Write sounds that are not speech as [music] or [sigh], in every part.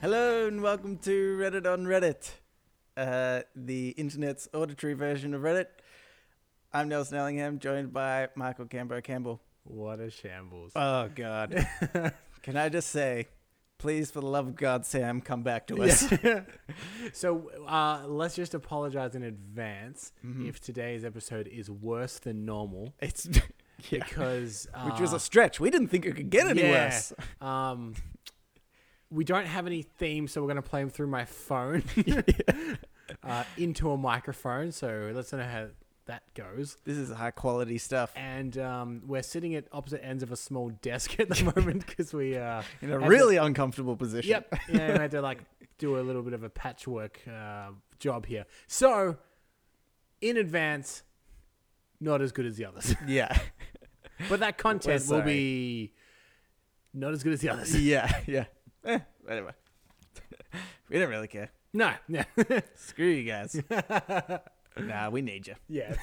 Hello and welcome to Reddit on Reddit, uh, the internet's auditory version of Reddit. I'm Nelson Ellingham, joined by Michael Cambo Campbell. What a [laughs] shambles. Oh God! [laughs] Can I just say, please, for the love of God, Sam, come back to us. [laughs] so uh, let's just apologize in advance Mm-hmm. if today's episode is worse [laughs] than normal It's because [laughs] uh, which was a stretch. We didn't think it could get any yeah, worse. Um, we don't have any themes, so we're gonna play them through [laughs] my phone [laughs] uh, into a microphone. So let's know how that goes. This is high quality stuff. And um, we're sitting at opposite ends of a small desk at the [laughs] moment because we uh, In a had to- really uncomfortable position. Yep. [laughs] Yeah, we had to like do a little bit of a patchwork uh, job here. So, in advance, not as good as the others, [laughs] Yeah. but that content will sorry. be not as good as the [laughs] others. Yeah. Yeah. Eh, whatever. [laughs] we don't really care. [laughs] No. Yeah. Screw you [laughs] guys. nah, we need you. yeah.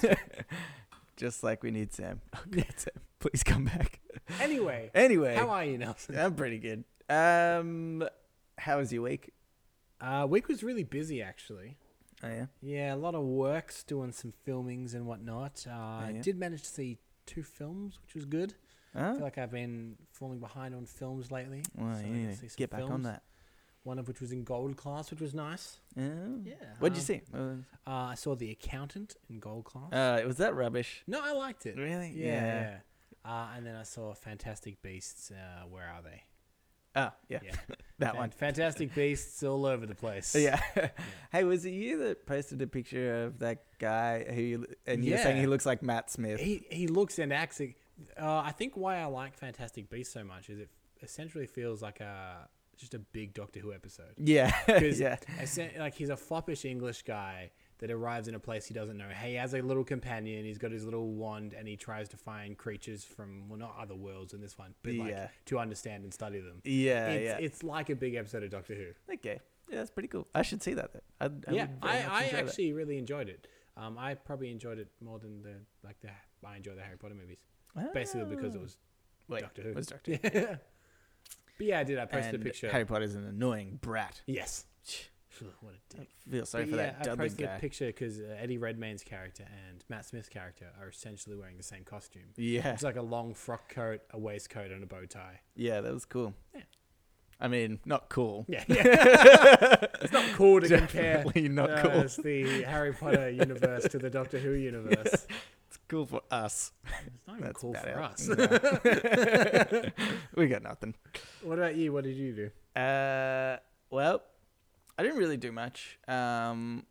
Just like we need Sam. [laughs] Oh, God, Sam, please come back. Anyway, Anyway, how are you, Nelson? I'm pretty good. Um, how was your week? Uh, week was really busy, actually. Oh yeah, Yeah, a lot of works, doing some filmings and whatnot. Uh, I yeah? did manage to see two films, which was good. I huh? feel like I've been falling behind on films lately. Well, so I yeah. can see some Get back on films. that. one of which was in gold class, which was nice. Oh. Yeah. What'd um, you see? Uh, Uh, I saw The Accountant in gold class. Uh, was that rubbish? no, I liked it. Really? Yeah. yeah. Uh, and then I saw Fantastic Beasts. Uh, where are they? Oh yeah, Yeah. that Fan- one. Fantastic Beasts all over the place. Yeah. [laughs] [laughs] hey, was it you that posted a picture of that guy who you, and you're saying Yeah. he looks like Matt Smith? He he looks and acts. like- Uh, I think why I like Fantastic Beasts so much is it essentially feels like a just a big Doctor Who episode. Yeah. [laughs] Because yeah. like he's a foppish English guy that arrives in a place he doesn't know. He has a little companion. He's got his little wand, and he tries to find creatures from well, not other worlds in this one, but like Yeah. to understand and study them. Yeah. it's, yeah. it's like a big episode of Doctor Who. okay. Yeah, that's pretty cool. I should see that. Then. I, I yeah, would very I, much I enjoy that. actually really enjoyed it. Um, I probably enjoyed it more than the like the I enjoy the Harry Potter movies, basically because Oh. it was Wait, Doctor Who. it was Doctor Who. [laughs] Yeah. but yeah, I did. I posted And a picture. Harry Potter's an annoying brat. yes. [laughs] what a dick. Feel sorry But for yeah, that I Dudley posted a guy. picture because uh, Eddie Redmayne's character and Matt Smith's character are essentially wearing the same costume. Yeah, It's like a long frock coat, a waistcoat, and a bow tie. [laughs] yeah, that was cool. Yeah. I mean, not cool. [laughs] Yeah, it's not cool to compare. Definitely not uh, cool. it's the Harry Potter universe to the Doctor [laughs] Who universe. It's cool for us. It's not even That's cool for about us. it. No. [laughs] we got nothing. [laughs] what about you? What did you do? Uh, well, I didn't really do much. Um,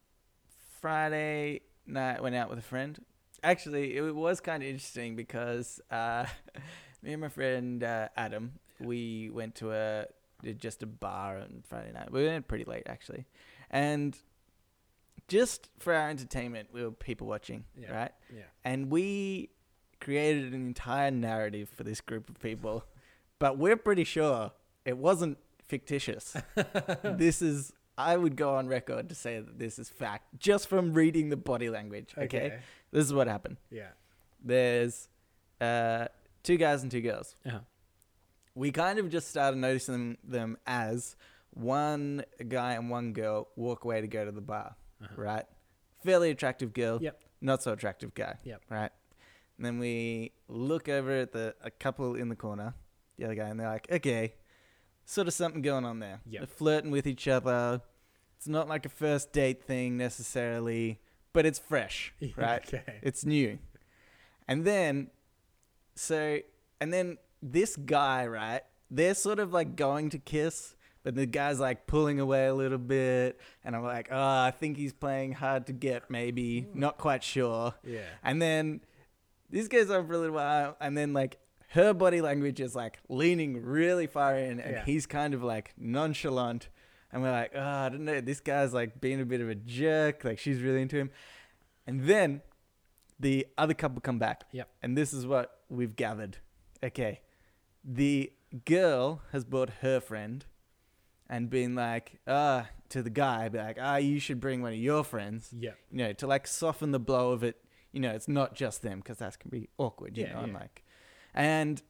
Friday night went out with a friend. Actually, it was kind of interesting because uh, [laughs] me and my friend uh, Adam, we went to a just a bar on Friday night. We went pretty late actually, and just for our entertainment, we were people watching, Yeah. right? Yeah. and we created an entire narrative for this group of people but we're pretty sure it wasn't fictitious this is i would go on record to say that this is fact just from reading the body language okay, Okay. this is what happened Yeah. there's uh, two guys and two girls Uh-huh. we kind of just started noticing them, them as one guy and one girl walk away to go to the bar [laughs] right fairly attractive girl Yep. not so attractive guy Yep. right? And then we look over at the a couple in the corner, the other guy, and they're like, okay, sort of something going on there. Yep. They're flirting with each other. It's not like a first date thing necessarily, but it's fresh, right? Okay. It's new. And then, so, and then this guy, right? They're sort of like going to kiss, but the guy's like pulling away a little bit. And I'm like, oh, I think he's playing hard to get, maybe. Not quite sure. Yeah. And then this goes on for a little while. And then, like, her body language is like leaning really far in, and Yeah. he's kind of like nonchalant. And we're like, oh, I don't know. This guy's like being a bit of a jerk. Like, she's really into him. And then the other couple come back. Yep. And this is what we've gathered. Okay. The girl has brought her friend and been like, uh, to the guy, be like, ah, you should bring one of your friends, Yeah. you know, to like soften the blow of it. You know, it's not just them because that can be awkward, you Yeah, know, and yeah. like, and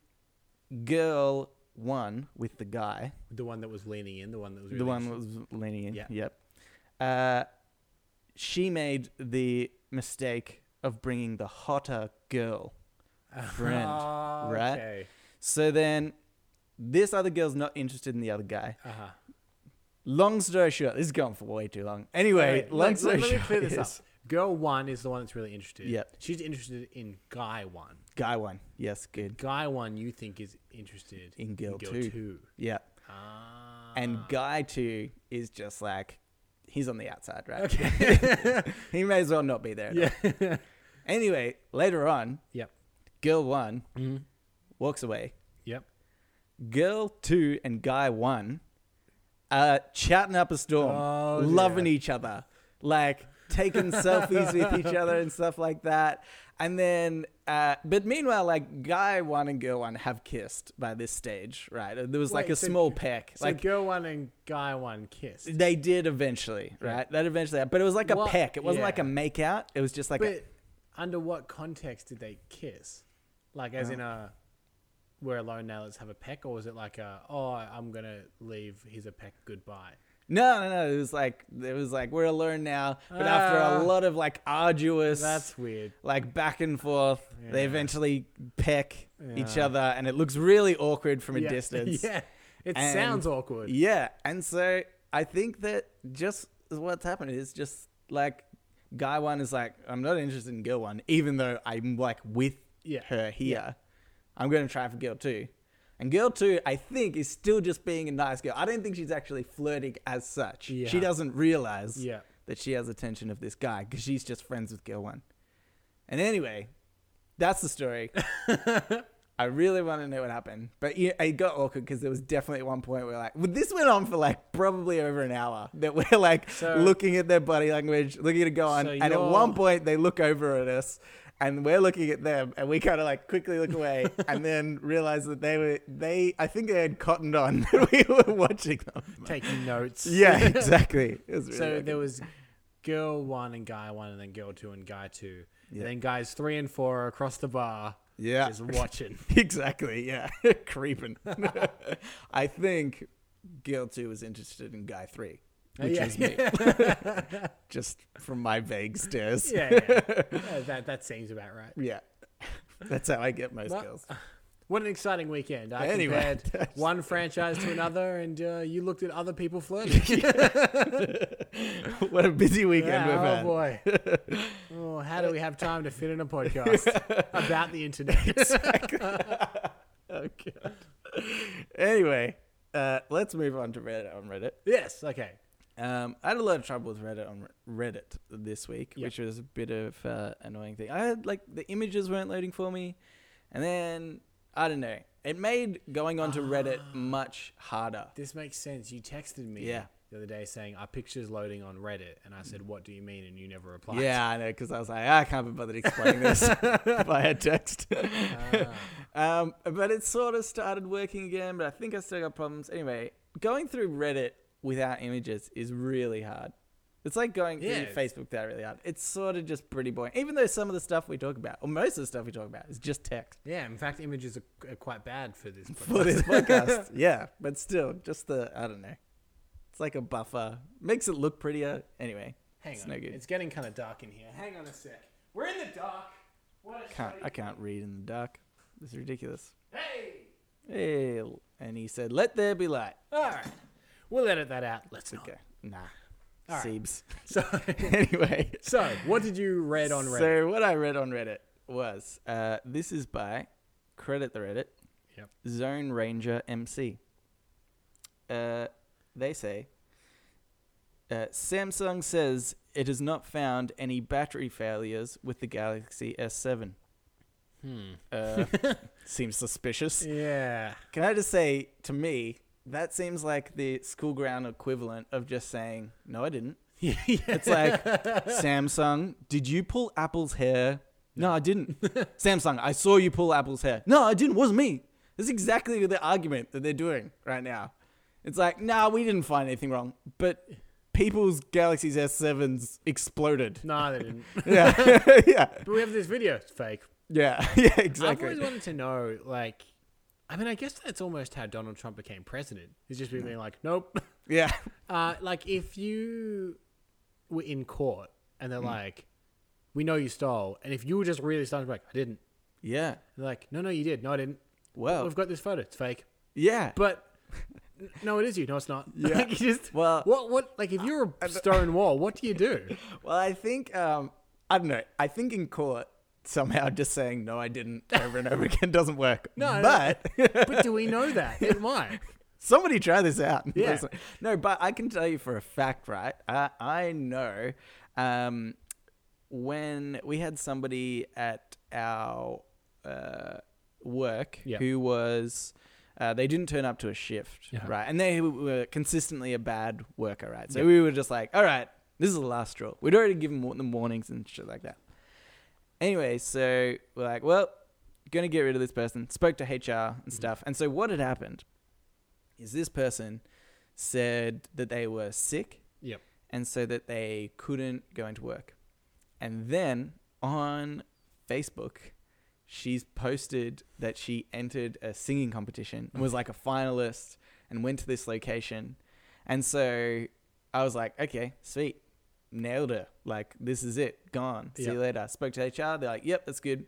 girl one with the guy, The one that was leaning in, the one that was really the one that was leaning in. Yeah. Yep. Uh, she made the mistake of bringing the hotter girl. [laughs] friend, Ah, right? Okay. So then this other girl's not interested in the other guy. Uh huh. Long story short, this is going for way too long. Anyway, Wait, long let, story let, let me short clear this is up. Girl one is the one that's really interested. Yep. She's interested in guy one. guy one. Yes, good. Guy one you think is interested In girl two. Yeah. Ah. And [laughs] guy two is just like he's on the outside, right? Okay. [laughs] he may as well not be there. at all. yeah. Anyway, later on, yep. girl one Mm-hmm. walks away. Yep. Girl two and guy one are chatting up a storm, Oh, loving dear. each other, like [laughs] taking selfies with each other and stuff like that. And then, uh, but meanwhile, like guy one and girl one have kissed by this stage, right? There was like Wait, a so- small peck, So like. girl one and guy one kiss. They did eventually, Yeah. right? That eventually, but it was like a What- peck. It wasn't like a yeah. make out. It was just like a, But under what context did they kiss? Like, as in Uh-huh. a, we're alone now, let's have a peck, or was it like a, oh, I'm gonna leave, here's a peck, goodbye? no, no, no. It was like it was like we're alone now. But after a Ah. lot of like arduous, That's weird. like back and forth. They Yeah. eventually peck each Yeah. other, and it looks really awkward from a yeah. [laughs] distance. Yeah, it And- sounds awkward. Yeah, and so I think that just what's happened is just like guy one is like, I'm not interested in girl one, even though I'm like with Yeah. her here. I'm going to try for girl two. And girl two, I think, is still just being a nice girl. I don't think she's actually flirting as such. Yeah. She doesn't realize Yeah. that she has attention of this guy because she's just friends with girl one. And anyway, that's the [laughs] story. I really want to know what happened, but yeah, it got awkward because there was definitely at one point where like well, this went on for like probably over an hour that we're [laughs] like So- looking at their body language, looking to go on, So and at you're- one point they look over at us. And we're looking at them, and we kind of like quickly look [laughs] away, and then realize that they were they. I think they had cottoned on [laughs] that we were watching [laughs] them. Taking notes. [laughs] Yeah, [laughs] exactly. It was really so awkward. there was girl one and guy one, and then girl two and guy two. Yeah. And then guys three and four are across the bar yeah, [laughs] just watching. [laughs] Exactly, yeah. [laughs] Creeping. I think Gil 2 was interested in Guy 3, which Oh, yeah. is me. [laughs] [laughs] Just from my vague stares. yeah, [laughs] yeah. Uh, that, that seems about right. Yeah. That's how I get most Well, girls. What an exciting weekend. I Anyway, [laughs] compared one franchise to another, and uh, you looked at other [laughs] people flirting. what a busy weekend Yeah, we've oh, had. boy. [laughs] Oh, how do we have time to fit in a podcast about [laughs] the internet? [laughs] Okay. Oh, Anyway, uh, let's move on to Reddit on Reddit. yes, okay. Um, I had a lot of trouble with Reddit on Reddit this week, Yeah. which was a bit of uh, annoying thing. I had like the images weren't loading for me, and then I don't know. It made going onto Reddit much harder. This makes sense. You texted me Yeah. Mm. the other day saying, Our picture's loading on Reddit. And I said, What do you mean? And you never replied. Yeah, I know because I was like, "Ah, I can't be bothered explaining this [laughs] via text. um, but it sort of started working again, but I think I still got problems. Anyway, going through Reddit without images is really hard. It's like going Yeah. through Facebook without really hard. It's sort of just pretty boring. Even though some of the stuff we talk about, or most of the stuff we talk about, is just text Yeah, in fact, images are, are quite bad for this. [laughs] for podcast. this podcast. yeah, but still, just the I don't know. It's like a buffer, makes it look prettier. Anyway, Hang it's on. no good. It's getting kind of dark in here. Hang on a sec. We're in the dark. What a can't I shitty- can't read in the dark. It's ridiculous. Hey! Hey, and he said, "Let there be light." All right. We'll edit that out. Let's not. Okay, nah, All right. [laughs] Seebs. So, anyway, so what did you read on Reddit? So what I read on Reddit was uh, this is by credit the Reddit Yep. Zone Ranger MC. Uh, they say uh, Samsung says it has not found any battery failures with the Galaxy S7. Hmm. [laughs] Uh, seems suspicious. Yeah. Can I just say to me that seems like the school ground equivalent of just saying [laughs] no, I didn't. yeah. It's like Samsung, did you pull Apple's hair No, I [laughs] didn't. Samsung, I saw you pull Apple's hair. No, I didn't. Wasn't me. That's exactly the argument that they're doing right now. It's like, nah, we didn't find anything wrong, but people's Galaxy's S7s [laughs] exploded. No, they didn't. Yeah, [laughs] yeah, but we have this video. It's fake. yeah, [laughs] yeah. I've Exactly. always wanted to know, like, I mean, I guess that's almost how Donald Trump became president. He's just been being like, nope. Yeah, Uh, like, if you were in court and Mm. they're like, we know you stole, and if you were just really starting to be like, I didn't. yeah. They're like, no, no, you did. No, I didn't. Well, We've got this photo. It's fake. yeah. But n- no, it is you. No, it's not. [laughs] Yeah. like, you just, Well- what, what, like, if you're a stone wall, what do [laughs] you do? Well, I think um, I don't know. I think in court somehow just saying no, I didn't over and over again doesn't work. No, no. but But do we know that? [laughs] It might. somebody try this out. [laughs] Yeah. No, but I can tell you for a fact, right? Uh, I know um, when we had somebody at our uh, work Yeah. who was. Uh, they didn't turn up to a shift, Yeah. right? And they were consistently a bad worker, right? So we were just like, all right, this is the last straw. We'd already given them warnings and shit like that. Anyway, so we're like, well, going to get rid of this person. Spoke to HR and stuff. And so what had happened is this person said that they were sick Yep. and so that they couldn't go into work. And then on Facebook, she's posted that she entered a singing competition and was like a finalist and went to this location. And so I was like, okay, sweet. Nailed her. Like, this is it. Gone. See Yep. you later. Spoke to HR. They're like, yep, that's good.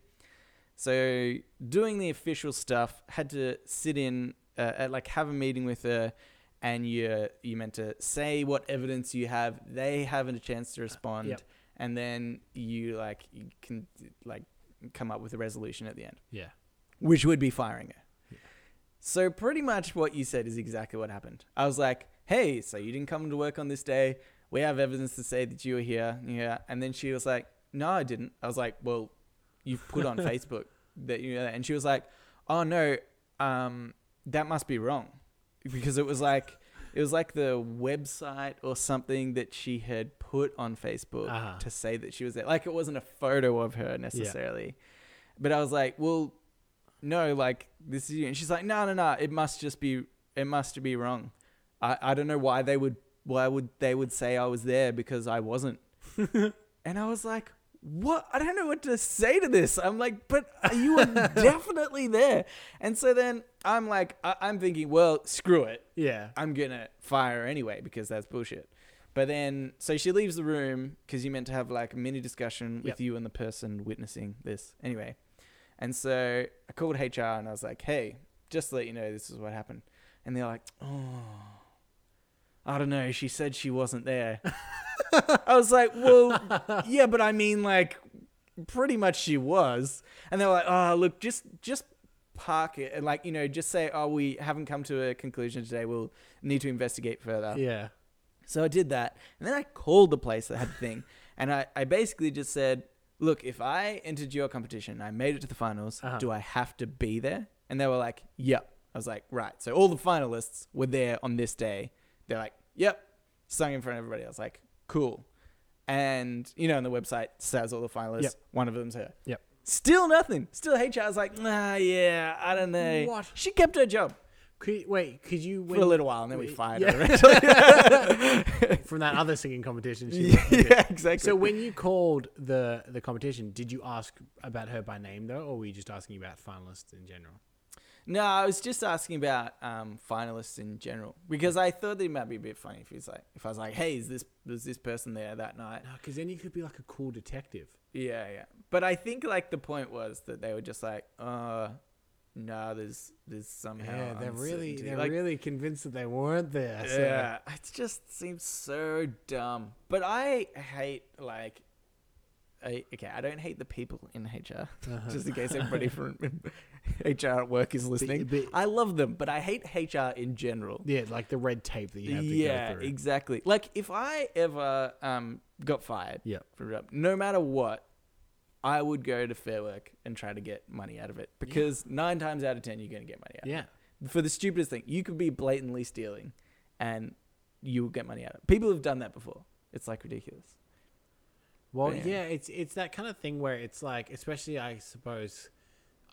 So doing the official stuff, had to sit in, uh, at, like have a meeting with her, and you uh, you meant to say what evidence you have. They haven't a chance to respond, Yep. and then you like you can like come up with a resolution at the end, Yeah. which would be firing her. So pretty much what you said is exactly what happened. I was like, "Hey, so you didn't come to work on this day. We have evidence to say that you were here." Yeah, and then she was like, "No, I didn't." I was like, "Well, you put on Facebook that you know that." And she was like, "Oh no, um, that must be wrong, because it was like it was like the website or something that she had put on Facebook Uh-huh. to say that she was there. Like it wasn't a photo of her necessarily." But I was like, well, no, like this is you. And she's like, no, no, no. It must just be, it must be wrong. I, I don't know why they would, why would they would say I was there because I wasn't. and I was like, what? I don't know what to say to this. I'm like, but you were definitely there. And so then I'm like, I, I'm thinking, well, screw it. Yeah. I'm gonna fire her anyway because that's bullshit. But then, so she leaves the room because you meant to have like a mini discussion with Yep. you and the person witnessing this anyway. And so I called HR and I was like, hey, just to let you know, this is what happened. And they're like, oh, I don't know. She said she wasn't there. I was like, well, yeah, but I mean, like, pretty much she was. And they're like, oh, look, just just park it and like you know just say oh we haven't come to a conclusion today we'll need to investigate further Yeah. so I did that. And then I called the place that had the [laughs] thing. and I, I basically just said, look, if I entered your competition and I made it to the finals, Uh-huh. do I have to be there? And they were like, yep. I was like, right. So all the finalists were there on this day. They're like, yep. Sung in front of everybody. I was like, cool. And, you know, on the website says all the finalists. Yep. One of them's her. Yep. Still nothing. Still HR was like, nah, yeah, I don't know. What? She kept her job Could, wait, could you for win a little while and then we fired [laughs] yeah. her. from that other singing competition? She [laughs] yeah, exactly. So [laughs] when you called the the competition, did you ask about her by name though, or were you just asking about finalists in general? No, I was just asking about um, finalists in general because I thought that it might be a bit funny if he's like, if I was like, "Hey, is this was this person there that night?" No, because then you could be like a cool detective. Yeah, yeah. But I think like the point was that they were just like, "Uh, no, there's there's somehow." Yeah, they're really uncertainty." they're Like, really convinced that they weren't there. So. Yeah, it just seems so dumb. But I hate like, I, okay, I don't hate the people in HR. [laughs] Just in case everybody from [laughs] HR at work is listening, Uh-huh. but- I love them, but I hate HR in general. Yeah, like the red tape that you have to yeah, go through. exactly. Like if I ever um got fired, Yeah. for a job, no matter what, I would go to Fair Work and try to get money out of it because nine times out of ten you're going to get money out. Yeah. For the stupidest thing, you could be blatantly stealing, and you will get money out of it. People have done that before. It's like ridiculous. Well, But, yeah, it's it's that kind of thing where it's like, especially I suppose,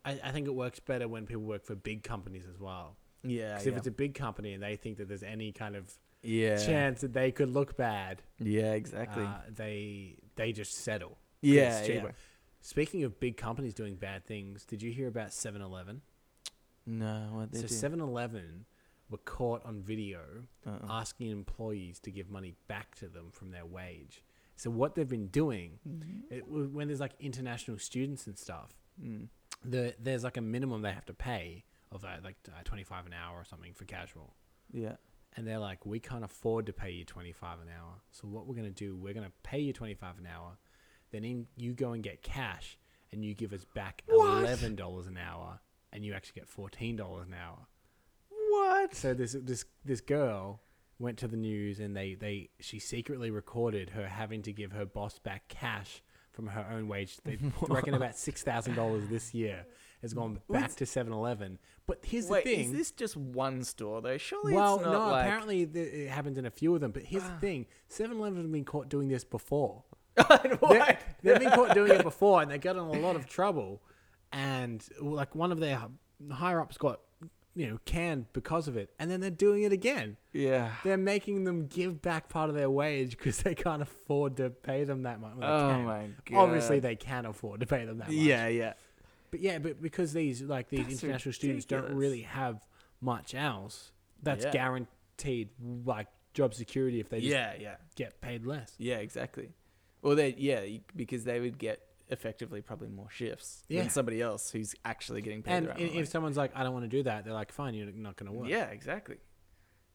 I, I think it works better when people work for big companies as well. Yeah. Because Yeah. if it's a big company and they think that there's any kind of yeah. chance that they could look bad, Yeah, exactly. uh, they they just settle. 'cause yeah, it's yeah. cheaper. Speaking of big companies doing bad things, did you hear about 7-Eleven? No, what they So do? 7-Eleven were caught on video Uh-uh. asking employees to give money back to them from their wage. So what they've been doing, Mm-hmm. it, when there's like international students and stuff, Mm. the, there's like a minimum they have to pay of uh, like uh, 25 an hour or something for casual. Yeah. And they're like, we can't afford to pay you 25 an hour. So what we're going to do, we're going to pay you 25 an hour. Then in, you go and get cash and you give us back $11 an hour and you actually get $14 an hour. What? So this this this girl went to the news and they they she secretly recorded her having to give her boss back cash from her own wage. They [laughs] reckon about six thousand dollars this year has gone back to 7-Eleven. But here's Wait, the thing. is this just one store though? Surely well, it's not no, like. Ah. apparently th- it happens in a few of them. But here's the thing: 7-Eleven have been caught doing this before. They- [laughs] what? They've been caught doing it before, and they got in a lot of trouble. And like one of their higher ups got, you know, canned because of it. And then they're doing it again. Yeah. They're making them give back part of their wage because they can't afford to pay them that much. Well, they Oh can. my Obviously, God. they can afford to pay them that much. Yeah, yeah. but yeah, but because these like these That's international students don't ridiculous. really have much else, that's Yeah. guaranteed like job security if they just Yeah, yeah. get paid less. Yeah, exactly. Well, they yeah, you- because they would get effectively probably more shifts Yeah. than somebody else who's actually getting paid. And the right i- if amount of someone's like, "I don't want to do that," they're like, "Fine, you're not going to work." money. yeah, exactly.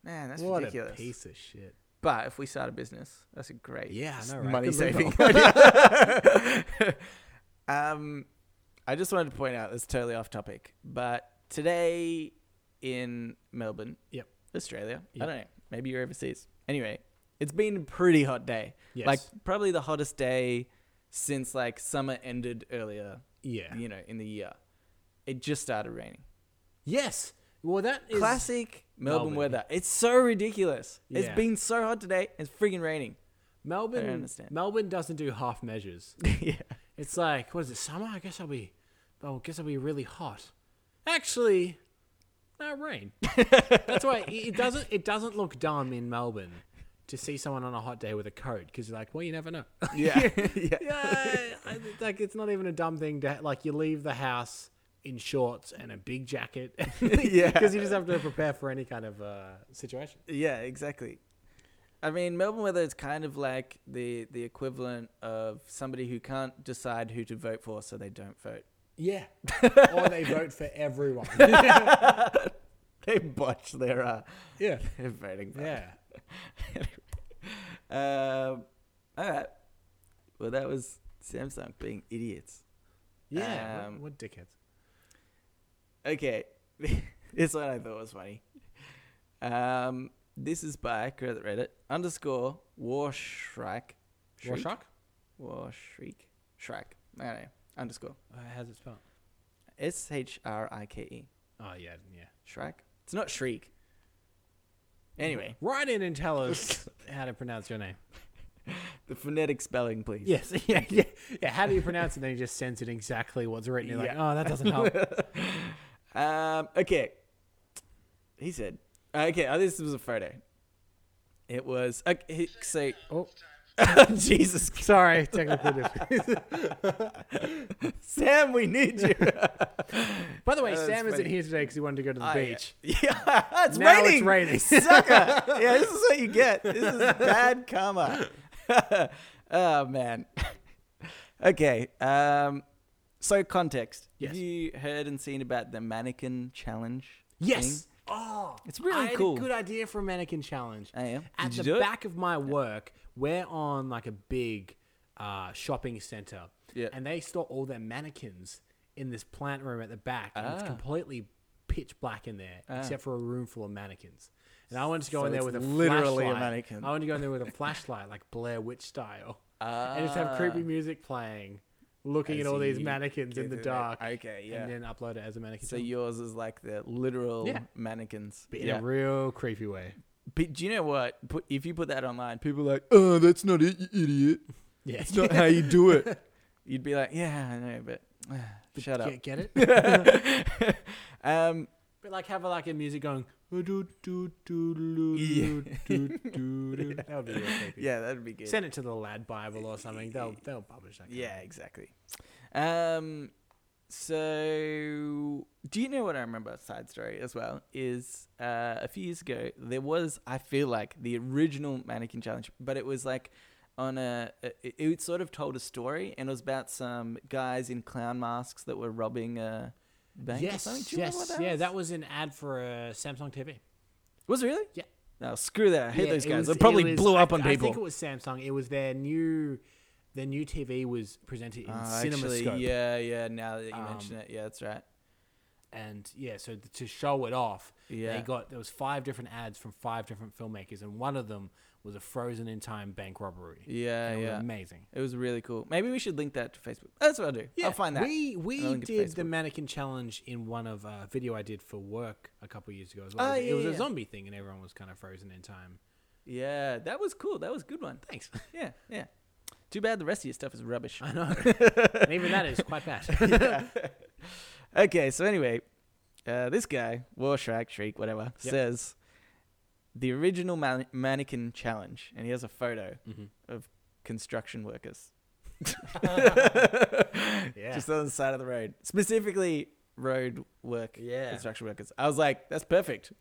Man, that's what a ridiculous. piece of shit. But if we start a business, that's a great Yeah, I know, right? money [laughs] Good saving. loophole. [laughs] um, I just wanted to point out it's totally off topic, but today in Melbourne, Yep. Australia, Yep. I don't know, maybe you're overseas. Anyway, it's been a pretty hot day, like Yes. probably the hottest day since like summer ended earlier, Yeah. you know, in the year. It just started raining. Yes. Well, that is Classic Melbourne, Melbourne. weather. It's so ridiculous. Yeah. It's been so hot today. It's freaking raining. Melbourne. I understand. Melbourne doesn't do half measures. yeah. It's like, what is it, summer? I guess I'll be, oh, I guess I'll be really hot. Actually, no [laughs] rain. That's why it- it doesn't. It doesn't look dumb in Melbourne to see someone on a hot day with a coat because you're like, well, you never know. [laughs] Yeah. [laughs] yeah. yeah, I- like it's not even a dumb thing to like. You leave the house in shorts and a big jacket. [laughs] Yeah. because you just have to prepare for any kind of uh, situation. Yeah, exactly. I mean, Melbourne weather is kind of like the the equivalent of somebody who can't decide who to vote for, so they don't vote. [laughs] Yeah, or they vote for everyone. They botch their uh, [laughs] [laughs] yeah, their voting. yeah. Um, all right. Well, that was Samsung being idiots. Yeah, what- Um, what, dickheads? Okay, [laughs] this one I thought was funny. Um, this is by credit Reddit underscore war shrike. War Shriek? shock? War shriek. Shrike. I don't know. Underscore. Uh, how's it spelled? S H R I K E. Oh yeah, yeah. Shrike. It's not shriek. Anyway, Write in and tell [laughs] us how to pronounce your name. the phonetic spelling, please. Yes, [laughs] yeah, yeah, yeah. How do you pronounce it? Then he just sends it exactly what's written. You're like, oh, that [laughs] doesn't help. Um, okay. He said, okay, oh, this was a photo. It was, okay, he- so, oh, [laughs] Jesus, sorry, [laughs] technical difficulties. Sam, we need you. By the way, Oh, that's Sam isn't funny. here today because he wanted to go to the Ah, yeah. beach. [laughs] Yeah, it's Now raining. it's [laughs] raining. [laughs] Sucker. yeah, this is what you get. This is bad karma. [laughs] oh man. [laughs] okay. Um, so context. Yes. Have you heard and seen about the mannequin challenge? Yes. Oh, Mm. It's really I had cool. A good idea for a mannequin challenge. I am. At Did you the do it? back of my work, we're on like a big uh, shopping center. Yeah. And they store all their mannequins in this plant room at the back, and it's Ah. completely pitch black in there, except for a room full of mannequins. And I wanted to go So in there it's with a literally a flashlight. mannequin. I wanted to go in there with a flashlight, like Blair Witch style, Ah. and just have creepy music playing, looking at As all these you mannequins get in the through that. dark. Okay, yeah. And then upload it as a mannequin. So challenge. yours is like the literal Yeah. mannequins. But in a real creepy way. But do you know what? Put, if you put that online, people are like, "Oh, that's not it, you idiot." Yeah. It's not how you do it. [laughs] You'd be like, yeah, I know, but [sighs] shut up. Get, get it? [laughs] um, But like have a, like a music going. "Do, do, do, [laughs] do, Yeah. do, [laughs] do, do." That would be real creepy. yeah, that'd be good. Send it to the Lad Bible or something. They'll they'll publish that. kind of yeah, thing. exactly. Um, so do you know what I remember? a Side story as well is uh, a few years ago there was I feel like the original mannequin challenge, but it was like on a it, it sort of told a story and it was about some guys in clown masks that were robbing a bank. or something. Yes. Do you remember Yes. what yeah, was? that was an ad for a Samsung TV. was it really. Yeah. No, screw that. I hate Yeah, those it guys. was- they probably it was- blew I- up on I think it people. was Samsung. It was their new their new TV was presented in Oh, CinemaScope. yeah, yeah. Now that you Um, mention it, yeah, that's right. and yeah, so th- to show it off, Yeah. they got there was five different ads from five different filmmakers, and one of them was a frozen in time bank robbery. Yeah, And it was yeah. amazing. It was really cool. Maybe we should link that to Facebook. That's what I'll do. I'll find that. We I'll we link it to did the Facebook. mannequin challenge in one of uh, video I did for work a couple years ago as well. Oh, it was, yeah, it was yeah. a zombie thing, and everyone was kind of frozen in time. yeah, that was cool. That was a good one. Thanks. Yeah, yeah. Too bad the rest of your stuff is rubbish. [laughs] [laughs] I know. and even that is quite bad. Yeah. okay, so anyway, uh, this guy, Warshrak, Shriek, whatever, Yep. says the original man- mannequin challenge, and he has a photo [laughs] Mhm. of construction workers. [laughs] Yeah. Just on the side of the road. Specifically, road work. Yeah. Construction workers. I was like, that's perfect.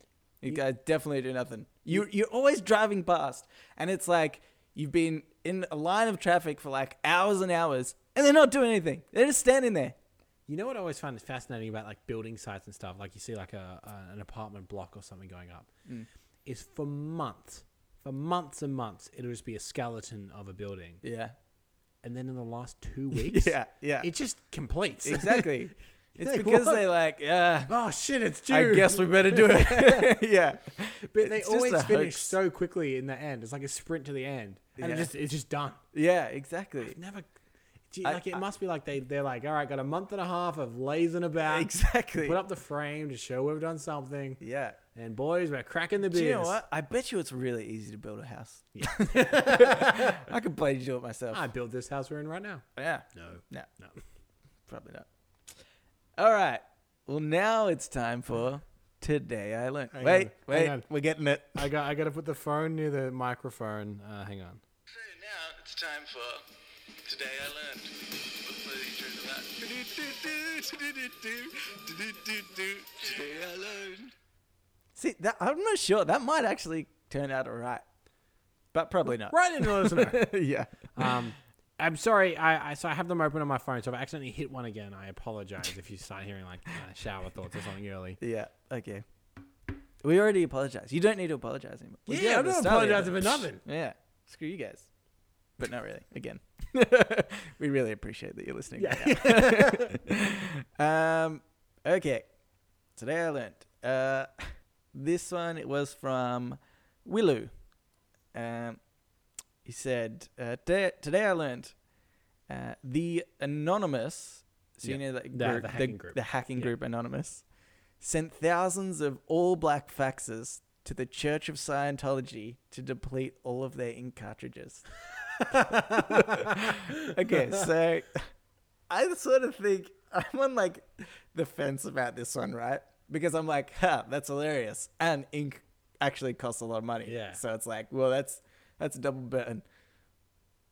You guys definitely do nothing. You you're always driving past, and it's like you've been in a line of traffic for like hours and hours, and they're not doing anything. They're just standing there. You know what I always find is fascinating about like building sites and stuff. Like you see like a, a an apartment block or something going up, Mm. is for months, for months and months, it'll just be a skeleton of a building, Yeah. and then in the last two weeks, [laughs] Yeah, yeah. it just completes. [laughs] Exactly. it's Like, because what? they like, yeah. [laughs] oh shit, it's due. I guess we better do it. [laughs] yeah. but they it's just always a finish hoax. so quickly in the end. It's like a sprint to the end, and Yeah. it just it's just done. Yeah, exactly. Never. do you- I- like it I- must be like they they're like, all right, got a month and a half of lazing about. Exactly. Put up the frame to show we've done something, Yeah. and boys, we're cracking the Do beers. you know what? I bet you it's really easy to build a house. [laughs] I could bloody do it myself. I build this house we're in right now. yeah. No. No. No. Probably not. All right. Well, now it's time for today I learned. Hang wait, on, wait. hang on. We're getting it. I got I got to put the phone near the microphone. Uh, hang [laughs] on. So now it's time for Today I Learned. Hopefully you enjoyed that. Today I Learned. See, that, I'm not sure. That might actually turn out all right, but probably [laughs] not. Right in the listener. yeah. um, I'm sorry. I, I so I have them open on my phone. So if I accidentally hit one again, I apologize. If you start hearing like uh, shower thoughts or something early. Yeah. Okay. We already apologized. You don't need to apologize anymore. We did Yeah, at I'm the not start of it. apologizing for nothing. Yeah. Screw you guys. But not really. [laughs] Again. we really appreciate that you're listening right now. [laughs] um, okay. Today I learned. Uh, this one it was from Willu. Um, he said, uh, today, today I learned uh, the anonymous, so you Yeah, know that the- group, the hacking group. the hacking Yeah. group anonymous, sent thousands of all black faxes to the Church of Scientology to deplete all of their ink [laughs] cartridges. [laughs] okay, so I sort of think I'm on like the fence about this one, right? Because I'm like, ha, that's hilarious, and ink actually costs a lot of money. Yeah. So it's like, well, that's that's a double burn.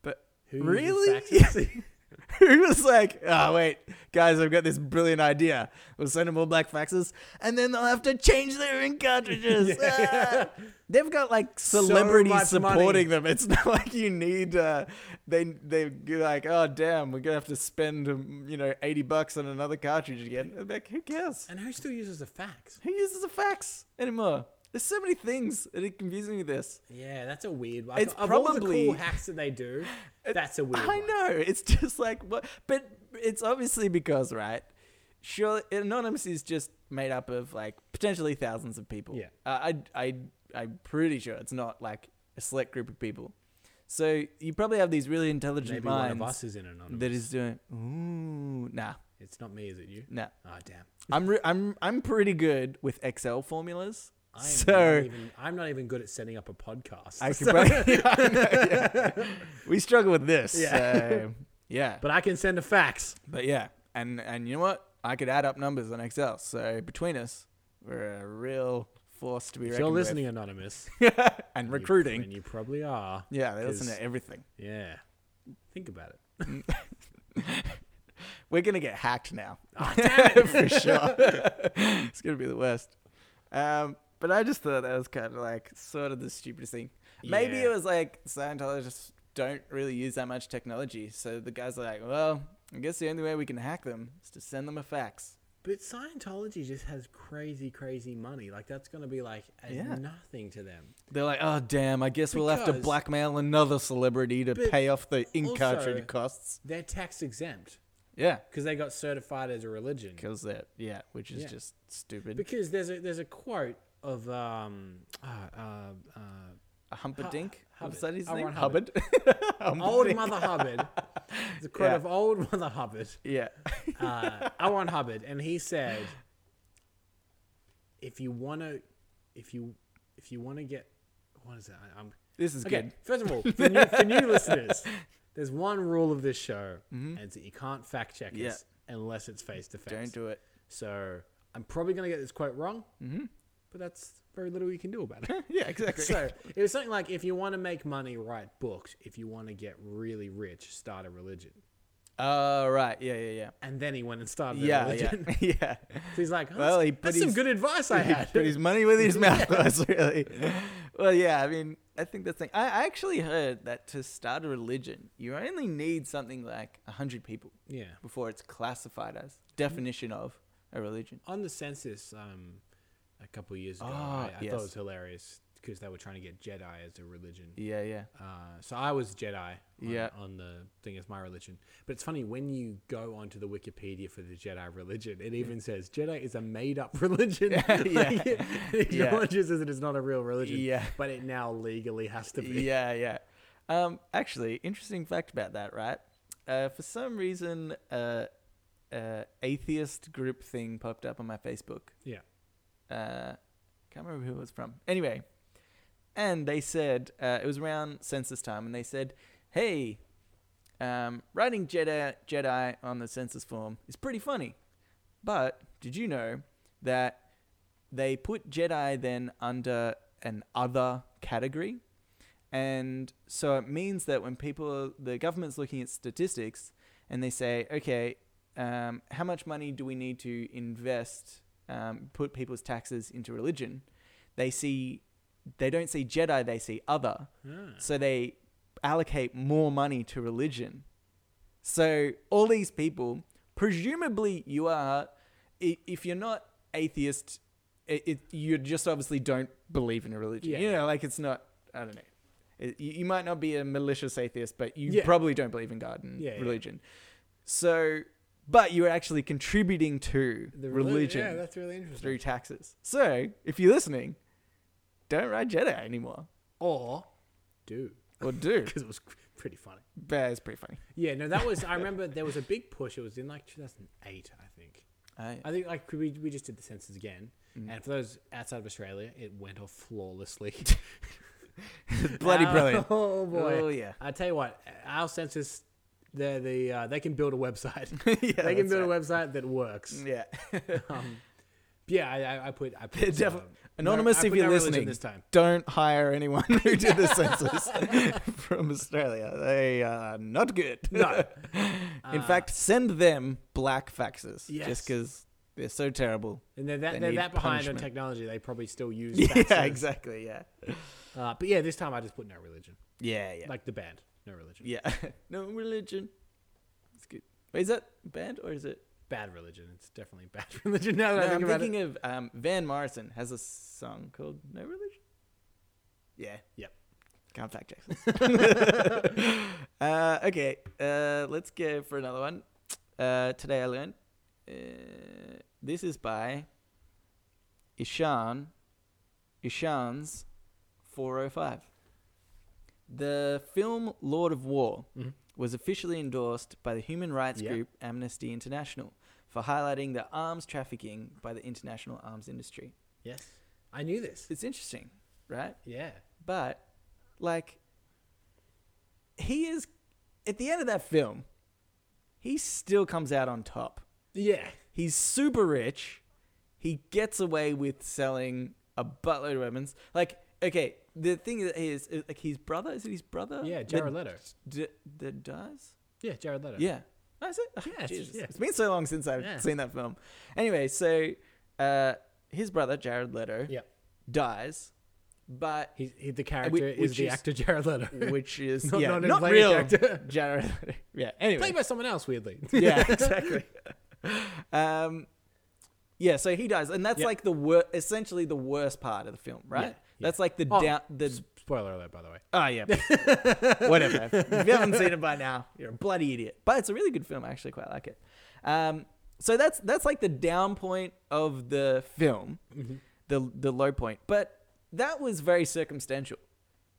But uses really, faxes? [laughs] he was like, oh wait, guys, I've got this brilliant idea. We'll send them all black faxes, and then they'll have to change their ink [laughs] cartridges. Ah. They've got like celebrities much money. supporting them. It's [laughs] not like you need. Uh, they they go like, oh damn, we're gonna have to spend um, you know eighty bucks on another cartridge again. I'm Like, who cares? And who still uses a fax? Who uses a fax anymore? There's so many things that are confusing with this. Yeah, that's a weird. Like, It's of all the probably- cool hacks that [laughs] they do, that's a weird. I one. know. It's just like what, but it's obviously because right. Sure, anonymous is just made up of like potentially thousands of people. Yeah. uh, I I I'm pretty sure it's not like a select group of people. So you probably have these really intelligent Maybe minds one of us is in anonymous. that is doing. Ooh, nah, it's not me, is it you? nah. Oh damn. I'm re- I'm I'm pretty good with Excel formulas, I'm So- not even, I'm not even good at setting up a podcast. [laughs] I So- could probably- Yeah, I know, yeah. [laughs] We struggle with this. Yeah. so, yeah. but I can send a fax. But yeah, and and you know what? I could add up numbers on Excel. So between us, we're a real force to be If reckoned you're with. listening, [laughs] Anonymous. and you- recruiting. and you probably are. yeah, they listen 'cause- to everything. Yeah. Think about it. We're gonna get hacked now [laughs] Ah, damn it. for [laughs] sure. it's gonna be the worst. Um, but I just thought that was kind of like sort of the stupidest thing. Maybe Yeah. it was like Scientologists don't really use that much technology, so the guys are like, well, I guess the only way we can hack them is to send them a fax. But Scientology just has crazy, crazy money. Like that's gonna be like as Yeah. nothing to them. They're like, oh damn, I guess we'll have to Because- blackmail another celebrity to But pay off the in cartridge also- costs. They're tax exempt Yeah, because they got certified as a religion. kills that. Yeah, which is Yeah. just stupid. Because there's a there's a quote of um ah, uh, uh, a humperdink. Hu- What's that his Hubbard. name? Oh, Ron Hubbard. Hubbard. [laughs] old Humperdink. Mother Hubbard. The quote Yeah. of old Mother Hubbard. Yeah. [laughs] uh, Owen Hubbard, and he said, "If you want to, if you if you want to get, what is that? I- I'm This is okay. good. [laughs] First of all, for new, for new listeners, there's one rule of this show, and it's that you can't fact check Mm-hmm. Yeah. us unless it's face to face. Don't do [laughs] it. So I'm probably gonna get this quote wrong, Mm-hmm. but that's very little you can do about it. Yeah, exactly. So [laughs] it was something like, if you want to make money, write books. If you want to get really rich, start a religion. Oh, right. Yeah, yeah, And then he went and started a yeah. Yeah, religion. [laughs] yeah. [laughs] yeah. So he's like, oh, Well, that's, he put that's some his- good advice I had. Put his money with his mouth was really. [laughs] Well, yeah, I mean, I think that's the thing. I, I actually heard that to start a religion, you only need something like 100 people. [laughs] yeah. before it's classified as definition of a religion. On the census, um, a couple years ago, Ah, I, I yes. thought it was hilarious because they were trying to get Jedi as a religion. Yeah, yeah. Uh, so I was Jedi on, Yeah. on the thing as my religion. But it's funny when you go onto the Wikipedia for the Jedi religion, it even says Jedi is a made up [laughs] religion. Like, Yeah. it Yeah. acknowledges that it is not a real religion. Yeah. But it now legally has to be. Yeah, yeah. Um, actually, interesting fact about that, right? Uh, for some reason, uh, uh, atheist group thing popped up on my Facebook. Yeah. Uh, can't remember who it was from. Anyway, and they said uh, it was around census time, and they said, "Hey, um, writing Jedi Jedi on the census form is pretty funny, but did you know that they put Jedi then under an other category?" And so it means that when people, the government's looking at statistics and they say, okay, um, how much money do we need to invest, um, put people's taxes into religion? They see, they don't see Jedi, they see other. Ah. So they allocate more money to religion. So all these people, presumably you are, i- if you're not atheist, it, it, you just obviously don't believe in a religion. Yeah. You know, like it's not, I don't know. It, you, you might not be a malicious atheist, but you Yeah. probably don't believe in God and Yeah, yeah. religion. So, but you're actually contributing to The reli- religion Yeah, that's really interesting. through taxes. So if you're listening, don't ride Jedi anymore. Or do. Or [laughs] do. Because it was pretty funny. That's pretty funny. Yeah, no, that was. I remember there was a big push. It was in like 2008, I think. I think like we, we just did the census again, Mm. and for those outside of Australia, it went off [laughs] flawlessly. Bloody Oh, brilliant. [laughs] Oh boy! Oh, yeah. I tell you what, our census, they the uh, they can build a website. [laughs] Yeah, they can that's build a website that works. Yeah. Um, yeah, I, I, I put [laughs] I put Defi- um, no- Anonymous, I if put you're no religion listening, this time. don't hire anyone who did [laughs] the census [laughs] from Australia. They are not good. No. [laughs] Ah. In fact, send them black faxes Yes. just because they're so terrible. And they're that, They they are need that behind punishment. on technology. They probably still [laughs] use. Yeah, faxes. exactly. Yeah. Uh, but yeah, this time I just put no religion, Yeah, yeah. like the band, no religion. yeah. [laughs] no religion. It's good. Wait, is that band or is it? Bad religion. It's definitely [laughs] bad religion. Now that No, I think I'm about it. thinking of um, Van Morrison has a song called No Religion. Yeah. Yep. Can't fact [laughs] check. this. [laughs] uh, okay, uh, let's go for another one. Uh, today I learned. Uh, this is by Ishan. Ishan's 405. The film Lord of War was officially endorsed by the human rights Yeah. group Amnesty International for highlighting the arms trafficking by the international arms industry. Yes. I knew this. It's interesting, right? Yeah. But like he is at the end of that film, he still comes out on top. Yeah. He's super rich. He gets away with selling a buttload of weapons. Like, okay, the thing is, is like his brother. Is it his brother? Yeah, that Jared Leto. D- that dies. Yeah, Jared Leto. Yeah. Oh, is it? Oh, Yeah, it's- Jesus. yeah. It's been so long since I've Yeah. seen that film. Anyway, so uh, his brother Jared Leto Yep. dies, [laughs] but He's, he, the character which is the is- actor Jared Leto. [laughs] which is Not- yeah, not not, him playing real [laughs] character. Jared Leto. Yeah. Anyway, Played by someone else, [laughs] weirdly. [laughs] yeah, exactly. um, yeah, so he dies, and that's Yep. like the wor- essentially the worst part of the film, right? yeah. That's like the Oh, down the Spoiler alert, by the way. oh yeah, [laughs] whatever. If you haven't seen it by now, you're a bloody idiot. But it's a really good film. I actually quite like it. Um, so that's that's like the down point of the film, Mm-hmm. the the low point. But that was very circumstantial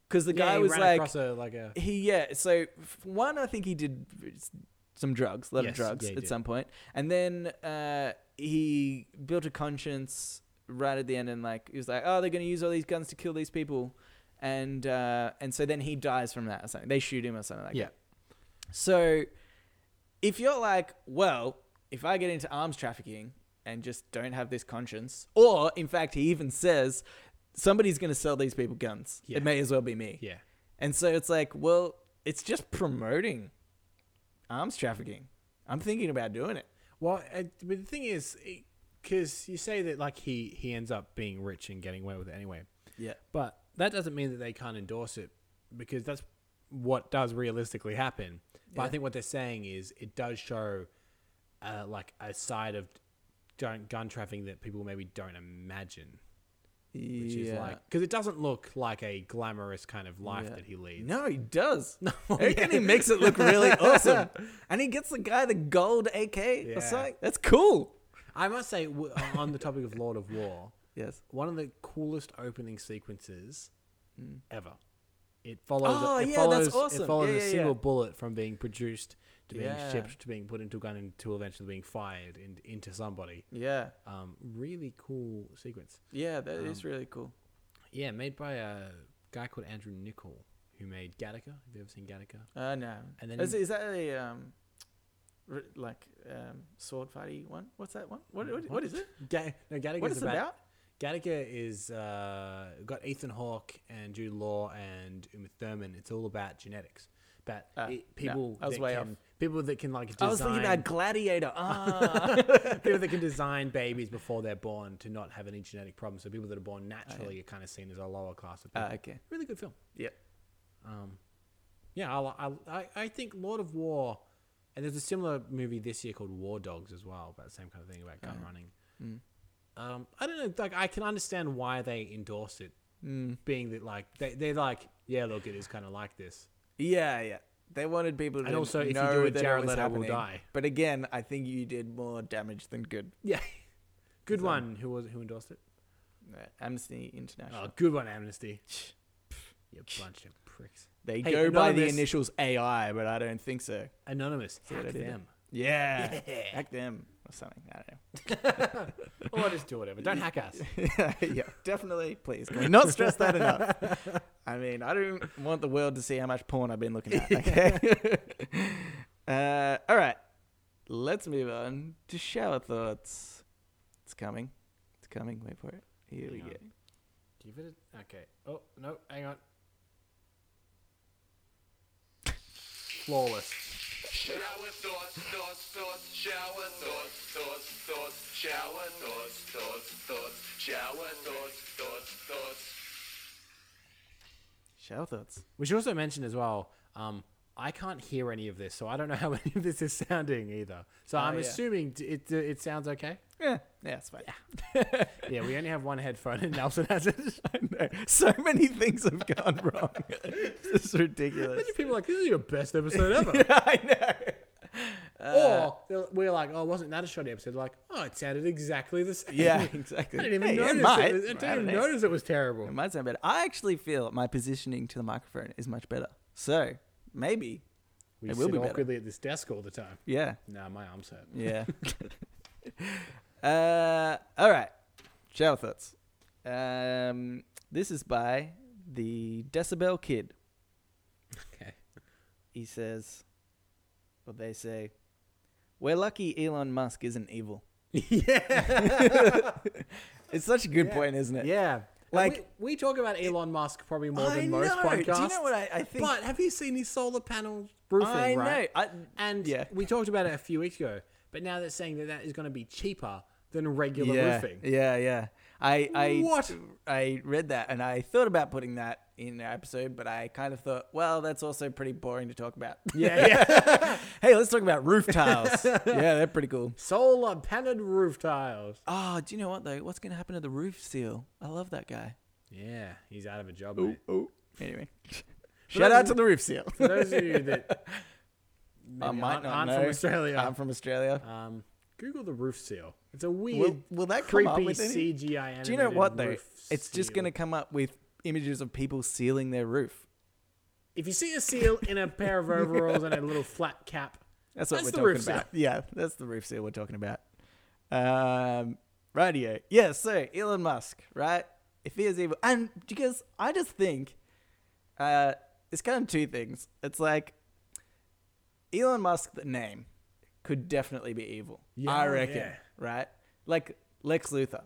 because the guy he was ran like across a, like a. he yeah so f- one i think he did s- some drugs a lot Yes, of drugs yeah, he at did. some point and then uh, he built a conscience right at the end and like he was like oh they're going to use all these guns to kill these people and uh, and so then he dies from that or something they shoot him or something like Yeah. that so if you're like well if i get into arms trafficking and just don't have this conscience or in fact he even says somebody's going to sell these people guns Yeah. it may as well be me Yeah. and so it's like, well, it's just promoting arms trafficking. I'm thinking about doing it. Well, uh, but the thing is, because you say that like he he ends up being rich and getting away with it anyway, Yeah. but that doesn't mean that they can't endorse it because that's what does realistically happen. But I Yeah. think what they're saying is it does show uh, like a side of gun gun trafficking that people maybe don't imagine, which is like because it doesn't look like a glamorous kind of life Yeah. that he leads. No, he [laughs] does. No, yeah. he makes it look really [laughs] awesome. And he gets the guy the gold AK Yeah. or something. That's cool. I must say, w- on the topic of Lord of War, Yes. one of the coolest opening sequences ever. Hmm. It follows. Oh, it yeah, follows, that's awesome. It follows Yeah, a yeah, single yeah. bullet from being produced to being Yeah. shipped to being put into a gun and to eventually being fired in, into somebody. Yeah. Um, really cool sequence. Yeah, that is Um, really cool. Yeah, made by a guy called Andrew Nichol, who made Gattaca. Have you ever seen Gattaca? Uh, no. And then is, he- is that a um, r- like um, sword fighty one? What's that one? What, what, what is it? Ga- no, Gattaca What is is it about? Gattaca is uh, got Ethan Hawke and Jude Law and Uma Thurman. It's all about genetics, about Ah, i- no, people I was that way can people that can like design I was thinking about Gladiator. Ah. [laughs] people that can design babies before they're born to not have any genetic problems. So people that are born naturally are kind of seen as a lower class of people. Oh, Ah, okay. Really good film. Yep. Um, yeah, I, li- I, I I think Lord of War, and there's a similar movie this year called War Dogs as well, about the same kind of thing about gun running. Um, I don't know. Like, I can understand why they endorse it, being that like they they're like, yeah, look, it is kind of like this. Yeah, yeah. They wanted people to And also, if you know do it, that Jared it was Leto will happening. die. But again, I think you did more damage than good. Yeah, [laughs] good one. Who was it? Who endorsed it? Uh, Amnesty International. Oh, good one, Amnesty. you bunch of pricks. they hey, go by the Anonymous. initials AI, but I don't think so. Anonymous. what Hack I did them. [laughs] Yeah, hack them or something. I don't or Oh, just do whatever. Don't hack us. know. [laughs] yeah, definitely. Please, can we not stress that enough? I mean, I don't want the world to see how much porn I've been looking [laughs] at. Okay. [laughs] uh, all right, let's move on to shower thoughts. It's coming. It's coming. Wait for it. Here we Hang on. go. Give it. A, okay. Oh no, hang on. Flawless. Shower thoughts, thoughts, thoughts, shower thoughts, thoughts, thoughts, shower thoughts, thoughts, thoughts, shower thoughts, thoughts, thoughts. Shower thoughts. We should also mention as well. Um, I can't hear any of this, so I don't know [laughs] how any of this is sounding either. So I'm Oh, yeah. assuming d- it it, it [laughs] sounds okay. Yeah, yeah, it's fine. Yeah, we only have one headphone, and Nelson has it. [laughs] [laughs] I know. So many things have gone wrong. [laughs] it's [laughs] ridiculous. Imagine people are like this is your best episode ever, [laughs] I know. Uh. or they'll- we're like, oh, wasn't that a shoddy episode? Like, oh, it sounded exactly the same. Yeah, exactly. [laughs] I didn't even Hey, it notice. It might. was- I I didn't don't even know. notice it was terrible. It might sound better. I actually feel my positioning to the microphone is much better. So maybe, We It sit will be better. awkwardly at this desk all the time. yeah, Nah, my arms hurt. [laughs] [laughs] yeah. uh, all right. Shower thoughts. Um, this is by the Decibel Kid. Okay. He says, or they say, "We're lucky Elon Musk isn't evil." [laughs] yeah. It's such a good Yeah. point, isn't it? Yeah. Like Like- we, we talk about Elon Musk probably more I than most know. Do you podcasts. know what I- I think- But have you seen his solar panel roofing? I right? know. I, And Yeah. we talked about it a few weeks ago. But now they're saying that that is going to be cheaper than regular yeah, roofing. yeah, yeah. I, I, What? I read that and I thought about putting that in our episode, but I kind of thought, well, that's also pretty boring to talk about. Yeah, [laughs] yeah. [laughs] hey, let's talk about roof [laughs] tiles. yeah, they're pretty cool. solar paneled roof tiles. Oh, do you know what though? What's gonna happen to the roof seal? I love that guy. Yeah, he's out of a job. mate. Oh, anyway. [laughs] Shout out to the roof [laughs] seal. For those of you that [laughs] I maybe might aren't, not aren't know. from Australia, I'm from Australia. um, Google the roof seal. It's a weird, Will- will that come creepy up with any- CGI. Animated Do you know what though? roof It's just seal. gonna come up with images of people sealing their roof. If you see a seal in a pair of overalls and a little flat cap, That's what That's we're the talking roof about. Yeah, that's the roof seal we're talking about. Um, radio. Yeah, so Elon Musk, right? If he is evil, and because I just think uh, it's kind of two things. It's like Elon Musk, the name, could definitely be evil. I Yeah, reckon, yeah. right? Like Lex Luthor.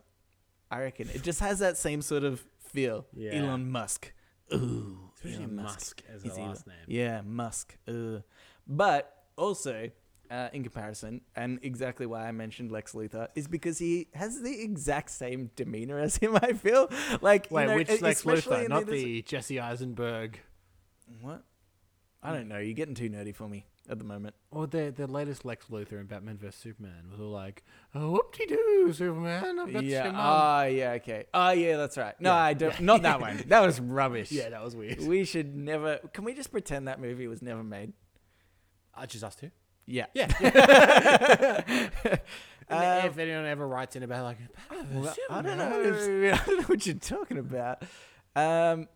I reckon it just has that same sort of feel. Yeah. Elon Musk. Ooh, Especially Elon Musk as the He's evil. last name. Yeah, Musk. Ugh. But also, uh, in comparison, and exactly why I mentioned Lex Luthor is because he has the exact same demeanor as him. I feel like you Wait, know, which e- Lex especially Luthor, in not this- the Jesse Eisenberg what? I don't know. You're getting too nerdy for me at the moment. or the the latest Lex Luthor in Batman vs Superman was all like, "Oh, whoop de doo, Superman, I've got yeah. your mom." Ah, yeah. Okay. Oh, yeah. That's right. No, I don't. Not [laughs] that one. That was [laughs] rubbish. yeah, that was weird. [laughs] We should never. Can we just pretend that movie was never made? I just us two. Yeah. Yeah. [laughs] And if anyone ever writes in about like, Batman Well, vs I don't Superman, know. I don't know [laughs] what you're talking about. Um,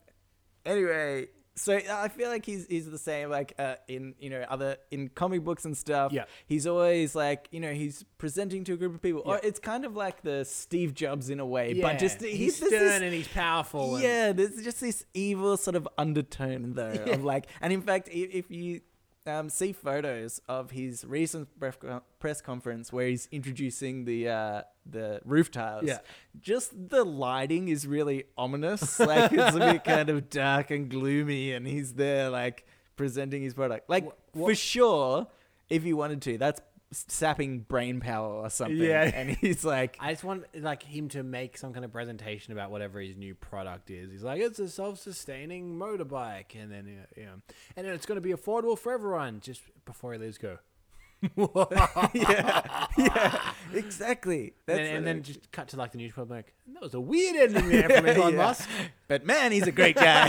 anyway, so I feel like he's he's the same. Like uh, in you know other in comic books and stuff. Yeah. He's always like you know he's presenting to a group of people. Or Yeah. it's kind of like the Steve Jobs in a way, [laughs] Yeah, but just he's there's stern this- and he's powerful. and- yeah, there's just this evil sort of undertone though of like, and in fact, i- if you um, see photos of his recent pref- press conference where he's introducing the uh, the roof tiles, Yeah. just the lighting is really ominous. [laughs] like it's a [laughs] bit kind of dark and gloomy, and he's there like presenting his product. Like for sure, if he wanted to, that's sapping brain power or something. Yeah. and he's [laughs] like, [laughs] I just want like him to make some kind of presentation about whatever his new product is. He's like, it's a self-sustaining motorbike, and then uh, yeah, and then it's going to be affordable for everyone. Just before he leaves, go. [laughs] [laughs] yeah, yeah, exactly. And That's then, and it. then just cut to like the news report, like that was a weird ending there [laughs] from Elon Yeah. Musk. But man, he's a great guy.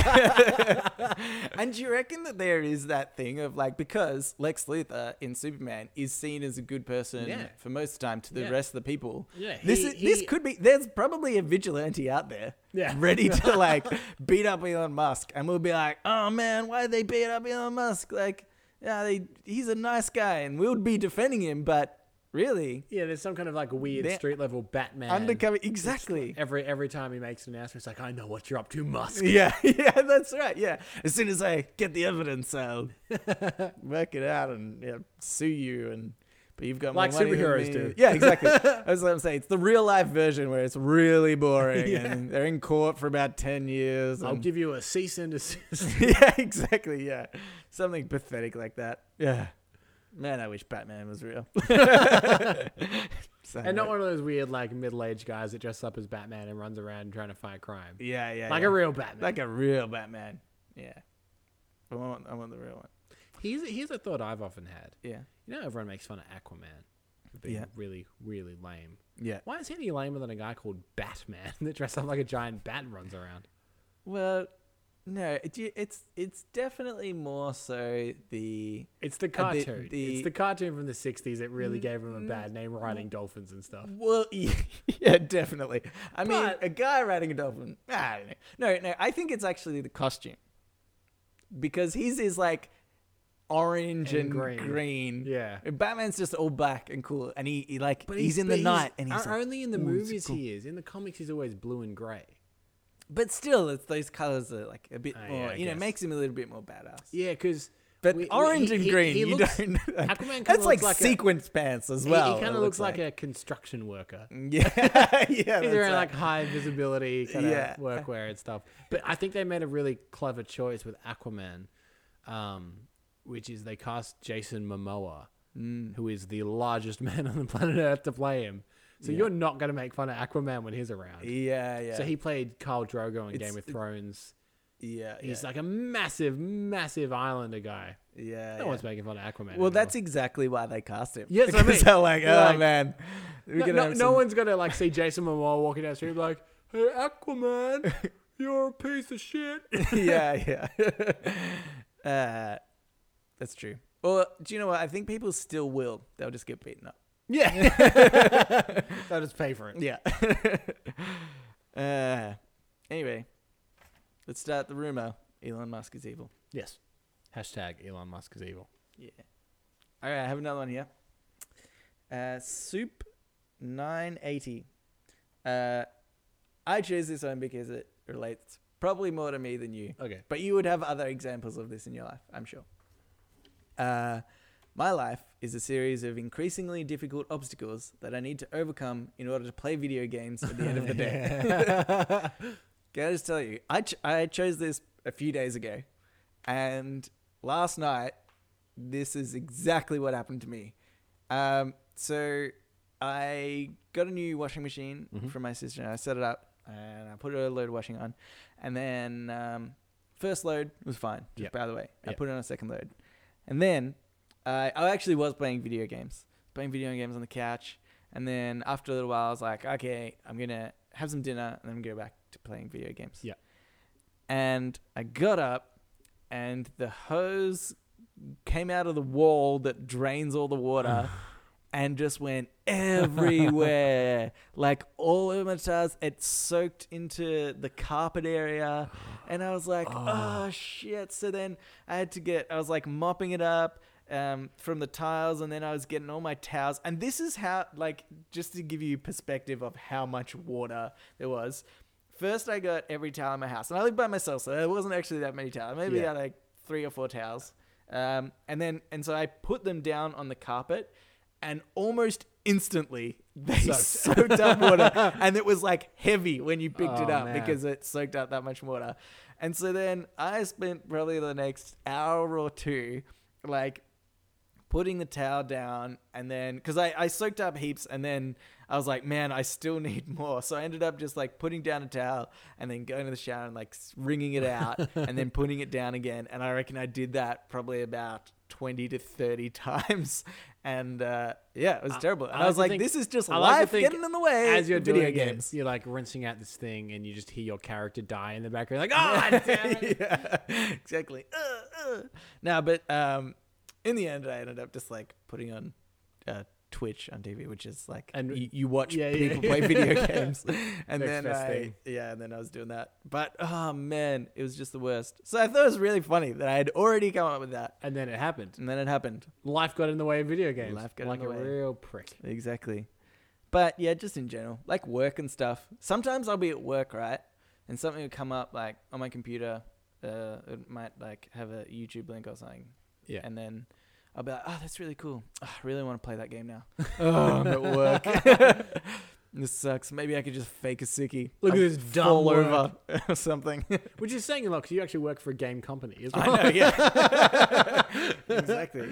[laughs] and do you reckon that there is that thing of like because Lex Luthor in Superman is seen as a good person Yeah. for most of the time to the Yeah. rest of the people? Yeah, this he- is, this he- could be. There's probably a vigilante out there, Yeah. [laughs] ready [laughs] to like beat up Elon Musk, and we'll be like, oh man, why did they beat up Elon Musk? Like, yeah, they he's a nice guy, and we'll be defending him, but really. Yeah, there's some kind of like weird They're street level Batman. Undercover, exactly. Every every time he makes an announcement, it's like, I know what you're up to, Musk. Yeah, [laughs] yeah, that's right. Yeah, as soon as I get the evidence, I'll [laughs] work it out and yeah, sue you. And but you've got Like more money than superheroes me. do. Yeah, exactly. [laughs] that's what I'm saying. It's the real life version where it's really boring Yeah. and they're in court for about ten years. I'll and- give you a cease and desist. [laughs] yeah, exactly. Yeah, something pathetic like that. Yeah, man, I wish Batman was [laughs] real. [laughs] So- and not one of those weird like middle aged guys that dress up as Batman and runs around trying to fight crime. yeah, yeah, like yeah. a real Batman. like a real Batman. Yeah, I want, I want the real one. here's here's a thought I've often had. Yeah, You know, everyone makes fun of Aquaman for being Yeah. really, really lame. yeah. Why is he any lamer than a guy called Batman [laughs] that dressed up like a giant bat and runs around? Well, no, it, you- it's it's definitely more so the It's the Uh, the- cartoon. the- it's the Mm. cartoon from the '60s that really gave him a bad name, riding dolphins and stuff. well, [laughs] yeah, definitely. I mean, But- a guy riding a dolphin. I don't know. No, no, I think it's actually the costume because his is like orange and, And green. green. Yeah. And Batman's just all black and cool, and he, he like he's, in the but night, and o- he's like, only in the "Ooh, this is movies cool." he is. In the comics, he's always blue and gray. But still, it's those colors are like a bit Ah, yeah, more. I you know, guess. makes him a little bit more badass. Yeah, because But orange and green, you looks, don't. [laughs] Like, Aquaman kinda that's like looks like a- sequence pants as he- well. he, it kind of looks like, a construction worker. [laughs] yeah, yeah. [laughs] He's that's wearing right. like high visibility kind of uh, Yeah. workwear and stuff. But I think they made a really clever choice with Aquaman, um, which is they cast Jason Momoa, Mm. who is the largest [laughs] man on the planet Earth, to play him. So you're not going to make fun of Aquaman when he's around. yeah, yeah. So he played Khal Drogo in It's- Game of Thrones. yeah, He's yeah, like a massive, massive islander guy. yeah. No yeah. one's making fun of Aquaman. Well, that's anymore. exactly why they cast him. Yes, [laughs] I Because mean, they're like, you're oh like- man, we're no, gonna no, have no some- one's gonna like see Jason Momoa walking down the street and be like, "Hey, Aquaman, [laughs] you're a piece of shit." yeah, [laughs] yeah. uh, that's true. Well, do you know what? I think people still will. They'll just get beaten up. [laughs] yeah, they'll just pay for it. Yeah. [laughs] uh, anyway, let's start the rumor. Elon Musk is evil. Yes. Hashtag Elon Musk is evil. Yeah. All right, I have another one here. Uh, soup, nine eighty. Uh, I chose this one because it relates probably more to me than you. Okay. But you would have other examples of this in your life, I'm sure. Uh, my life is a series of increasingly difficult obstacles that I need to overcome in order to play video games at the end of the day. Can I just tell you, I, ch- I chose this a few days ago, and last night, this is exactly what happened to me. Um, so I got a new washing machine Mm-hmm. from my sister, and I set it up, and I put a load of washing on, and then um, first load was fine. Just Yep. by the way, I Yep. put it on a second load, and then I I actually was playing video games, playing video games on the couch, and then after a little while, I was like, okay, I'm gonna have some dinner, and then go back to playing video games. Yep. And I got up, and the hose came out of the wall that drains all the water and just went everywhere. like all over my tires. It soaked into the carpet area. And I was like, oh. shit. So then I had to get, I was like mopping it up. Um, from the tiles, and then I was getting all my towels. And this is how, like, just to give you perspective of how much water there was. First, I got every towel in my house, and I lived by myself, so there wasn't actually that many towels. Maybe Yeah. I had like three or four towels, um, and then and so I put them down on the carpet, and almost instantly they Soaked. [laughs] soaked up [laughs] water, and it was like heavy when you picked it Oh, up man. because it soaked up that much water. And so then I spent probably the next hour or two, like putting the towel down and then because I, I soaked up heaps and then i was like man i still [laughs] need more so i ended up just like putting down a towel and then going to the shower and like wringing it [laughs] out and then putting it down again and i reckon i did that probably about 20 to 30 [laughs] times and uh, yeah it was terrible and i, like was to like think- this is just I like to life think getting in the way As you're of video doing games games, you're like rinsing out this thing, and you just hear your character die in the [laughs] background. Like, oh, damn it. yeah, exactly. Uh, uh. Now, but um, in the end, I ended up just like putting on uh, Twitch on TV, which is like And- and you, you watch yeah, yeah. people play [laughs] [laughs] video games, and Next then best I, thing. yeah, and then I was doing that. But oh man, it was just the worst. So I thought it was really funny that I had already come up with that, and then it happened. and then it happened. Life got in the way of video games. Life got in like the a way. real prick. Exactly. But yeah, just in general, like work and stuff. Sometimes I'll be at work, right? And something will come up like on my computer. Uh, it might like have a YouTube link or something. Yeah. And then I'll be like, oh, that's really cool. Oh, I really want to play that game [laughs] now. oh, I'm at work. [laughs] this sucks. Maybe I could just fake a sickie. Look at I'll this dumb fall work. over [laughs] or something. Which is saying a lot 'cause you actually work for a game company as well. I know, [laughs] yeah. exactly.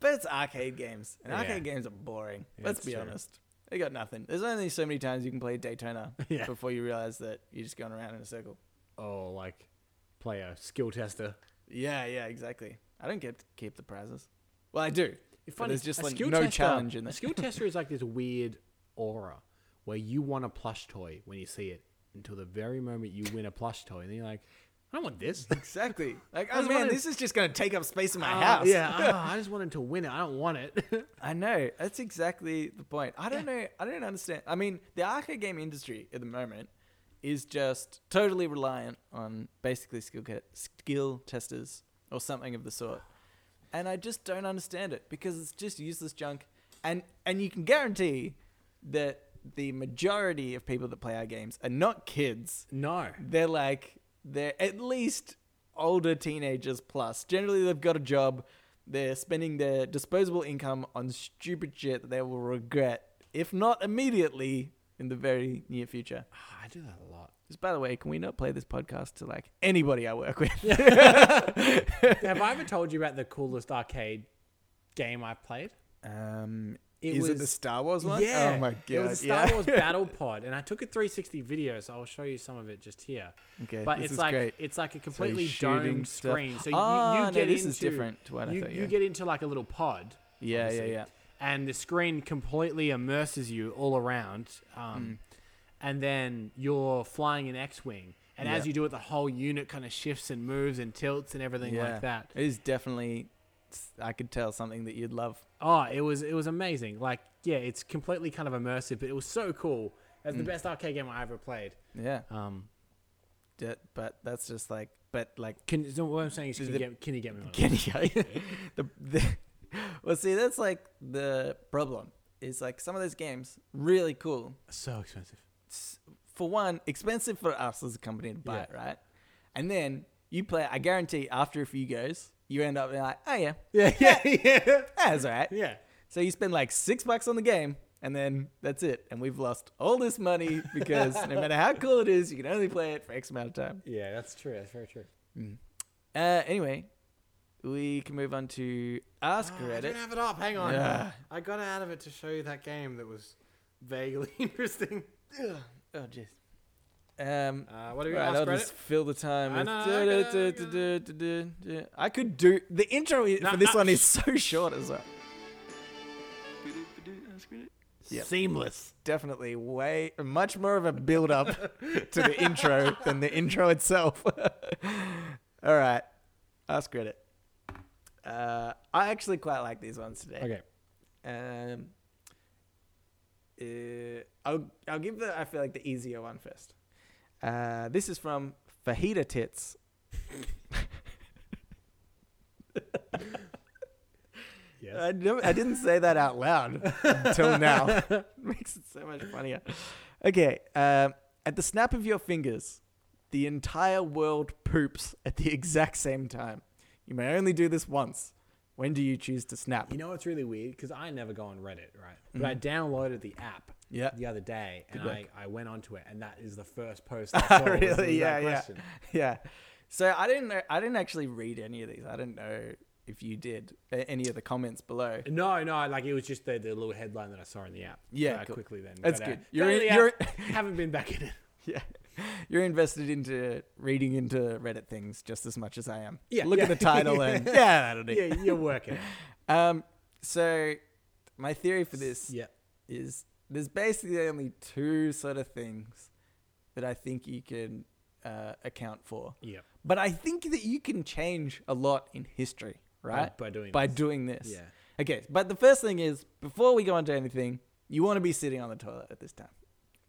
But it's arcade games, and Yeah. arcade games are boring. Yeah, Let's it's be true. honest. They got nothing. There's only so many times you can play Daytona [laughs] Yeah. before you realize that you're just going around in a circle. Oh, like play a skill tester. Yeah, yeah, exactly. I don't get to keep the prizes. Well, I do. But It's funny, there's just a like skill no tester- challenge in A there. skill tester is like this weird aura where you want a plush toy when you see it until the very moment you win a plush toy, and then you're like, I don't want [laughs] this. [laughs] [laughs] Exactly. Like, I oh was man, wondering- this is just going to take up space in my Ah, house. Yeah, ah, I just wanted to win it. I don't want it. [laughs] I know. That's exactly the point. I don't know. I don't understand. I mean, the arcade game industry at the moment is just totally reliant on basically skill ca- skill testers or something of the sort. And I just don't understand it because it's just useless junk. And and you can guarantee that the majority of people that play our games are not kids. No. They're like they're at least older teenagers plus. Generally they've got a job. They're spending their disposable income on stupid shit that they will regret, if not immediately, in the very near future. Ah, I do that a lot. Just by the way, can we not play this podcast to like anybody I work with? [laughs] Have I ever told you about the coolest arcade game I've played? um, It is it the was- Star Wars one? Yeah. Oh my god! It was a Star yeah. [laughs] Wars Battle Pod, and I took a 360 video, so I'll show you some of it just here. Okay, but this it's is like great. it's like So a you're completely shooting domed stuff. screen. So you, Ah, you no, get this into is different to what I you, thought, you yeah. get into like a little pod. Yeah, yeah, obviously, yeah. And the screen completely immerses you all around, um, and then you're flying an X-wing. And as Hmm. Yeah. you do it, the whole unit kind of shifts and moves and tilts and everything like that. It is definitely, I could tell something that you'd love. Oh, it was it was amazing. Like, yeah, it's completely kind of immersive, but it was so cool. That's the best arcade game I ever played. Yeah, Mm. Um, D- but that's just like, but like, can so what I'm saying is, can, the- you get, can you get me one? of those? Kenny, [laughs] the, the well, see, that's like the problem. Is like some of those games really cool. so expensive. It's, for one, expensive for us as a company to buy Yeah. it, right? And then you play. I guarantee, after a few goes, you end up being like, oh yeah, [laughs] Yeah, yeah, yeah, that's all right. yeah. So you spend like six bucks on the game, and then that's it. And we've lost all this money because no matter how cool it is, you can only play it for X amount of time. Yeah, that's true. That's very true. Uh, anyway, we can move on to Ask Ah, I Reddit. don't have it up. Hang on. Yeah. I got out of it to show you that game that was vaguely [laughs] interesting. Oh, jeez. Um, Uh, what do we right, ask I'll Reddit? just fill the time. I with know, I got it, I got du-du-du-du-du-du. I could do the intro i- No, for this no. one is [laughs] so short as well. Yep. Seamless. Definitely way much more of a build up to [laughs] the intro than the intro itself. [laughs] All right, ask Reddit. Uh, I actually quite like these ones today. Okay. Um, uh, I'll I'll give the I feel like the easier one first. Uh, this is from Fajita Tits. [laughs] Yes. I, never, I didn't say that out loud until now. Makes it so much funnier. Okay. Um, at the snap of your fingers, the entire world poops at the [laughs] exact same time. You may only do this once. When do you choose to snap? You know what's really weird? Because I never go on Reddit, right? But I downloaded the app Mm-hmm. Yeah. the other day and work. I, I went onto it and that is the [laughs] first post I saw. was- was that question. yeah. So I didn't know. I didn't actually read any of these. I didn't know if you did uh, any of the comments [laughs] below. No, no, like it was just the, the little headline that I saw in the app. Yeah, So I cool. quickly then. That's got out- good. You're got in- out you're- the app, [laughs] haven't been back in it. Yeah. You're invested into reading into Reddit things just as much as I am. Yeah, Look [laughs] yeah. at the title and [laughs] yeah, that'll do. Yeah, [laughs] you're working. Um. So my theory for this yeah. is there's basically only two sort of things that I think you can uh, account for. Yeah. But I think that you can change a lot in history, right? by doing by this. doing this. Yeah. Okay, but the first thing is before we go on to anything, you want to be sitting on the toilet at this time.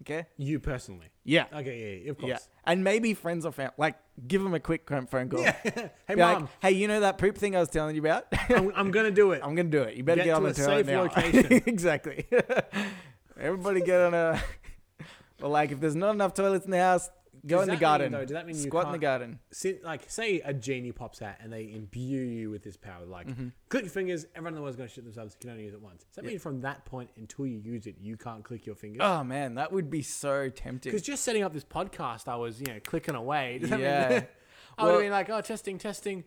Okay. You personally. Yeah. Okay, yeah, yeah, of course. Yeah, and maybe friends or family, like give them a quick cr- phone call. Yeah. [laughs] hey, Be like, [laughs] mom, hey, you know that poop thing I was telling you [laughs] about? [laughs] I'm, I'm gonna do it. I'm gonna do it. You better Get get, on to the a toilet safe now. location. [laughs] exactly. Everybody get on a. [laughs] Well, like if there's not enough toilets in the house, go Does in that the mean, garden. though, does that mean you squat in the can't- garden? Sin like, say a genie pops out and they imbue you with this power. Like, Mm-hmm. click your fingers. Everyone in the world's gonna shit themselves. You can only use it once. Does that mean from that point until you use it, you can't click your fingers? Oh man, that would be so tempting. Because just setting up this podcast, I was you know clicking away. Does that [laughs] mean- Yeah. [laughs] I would Well- have been like, oh, testing, testing.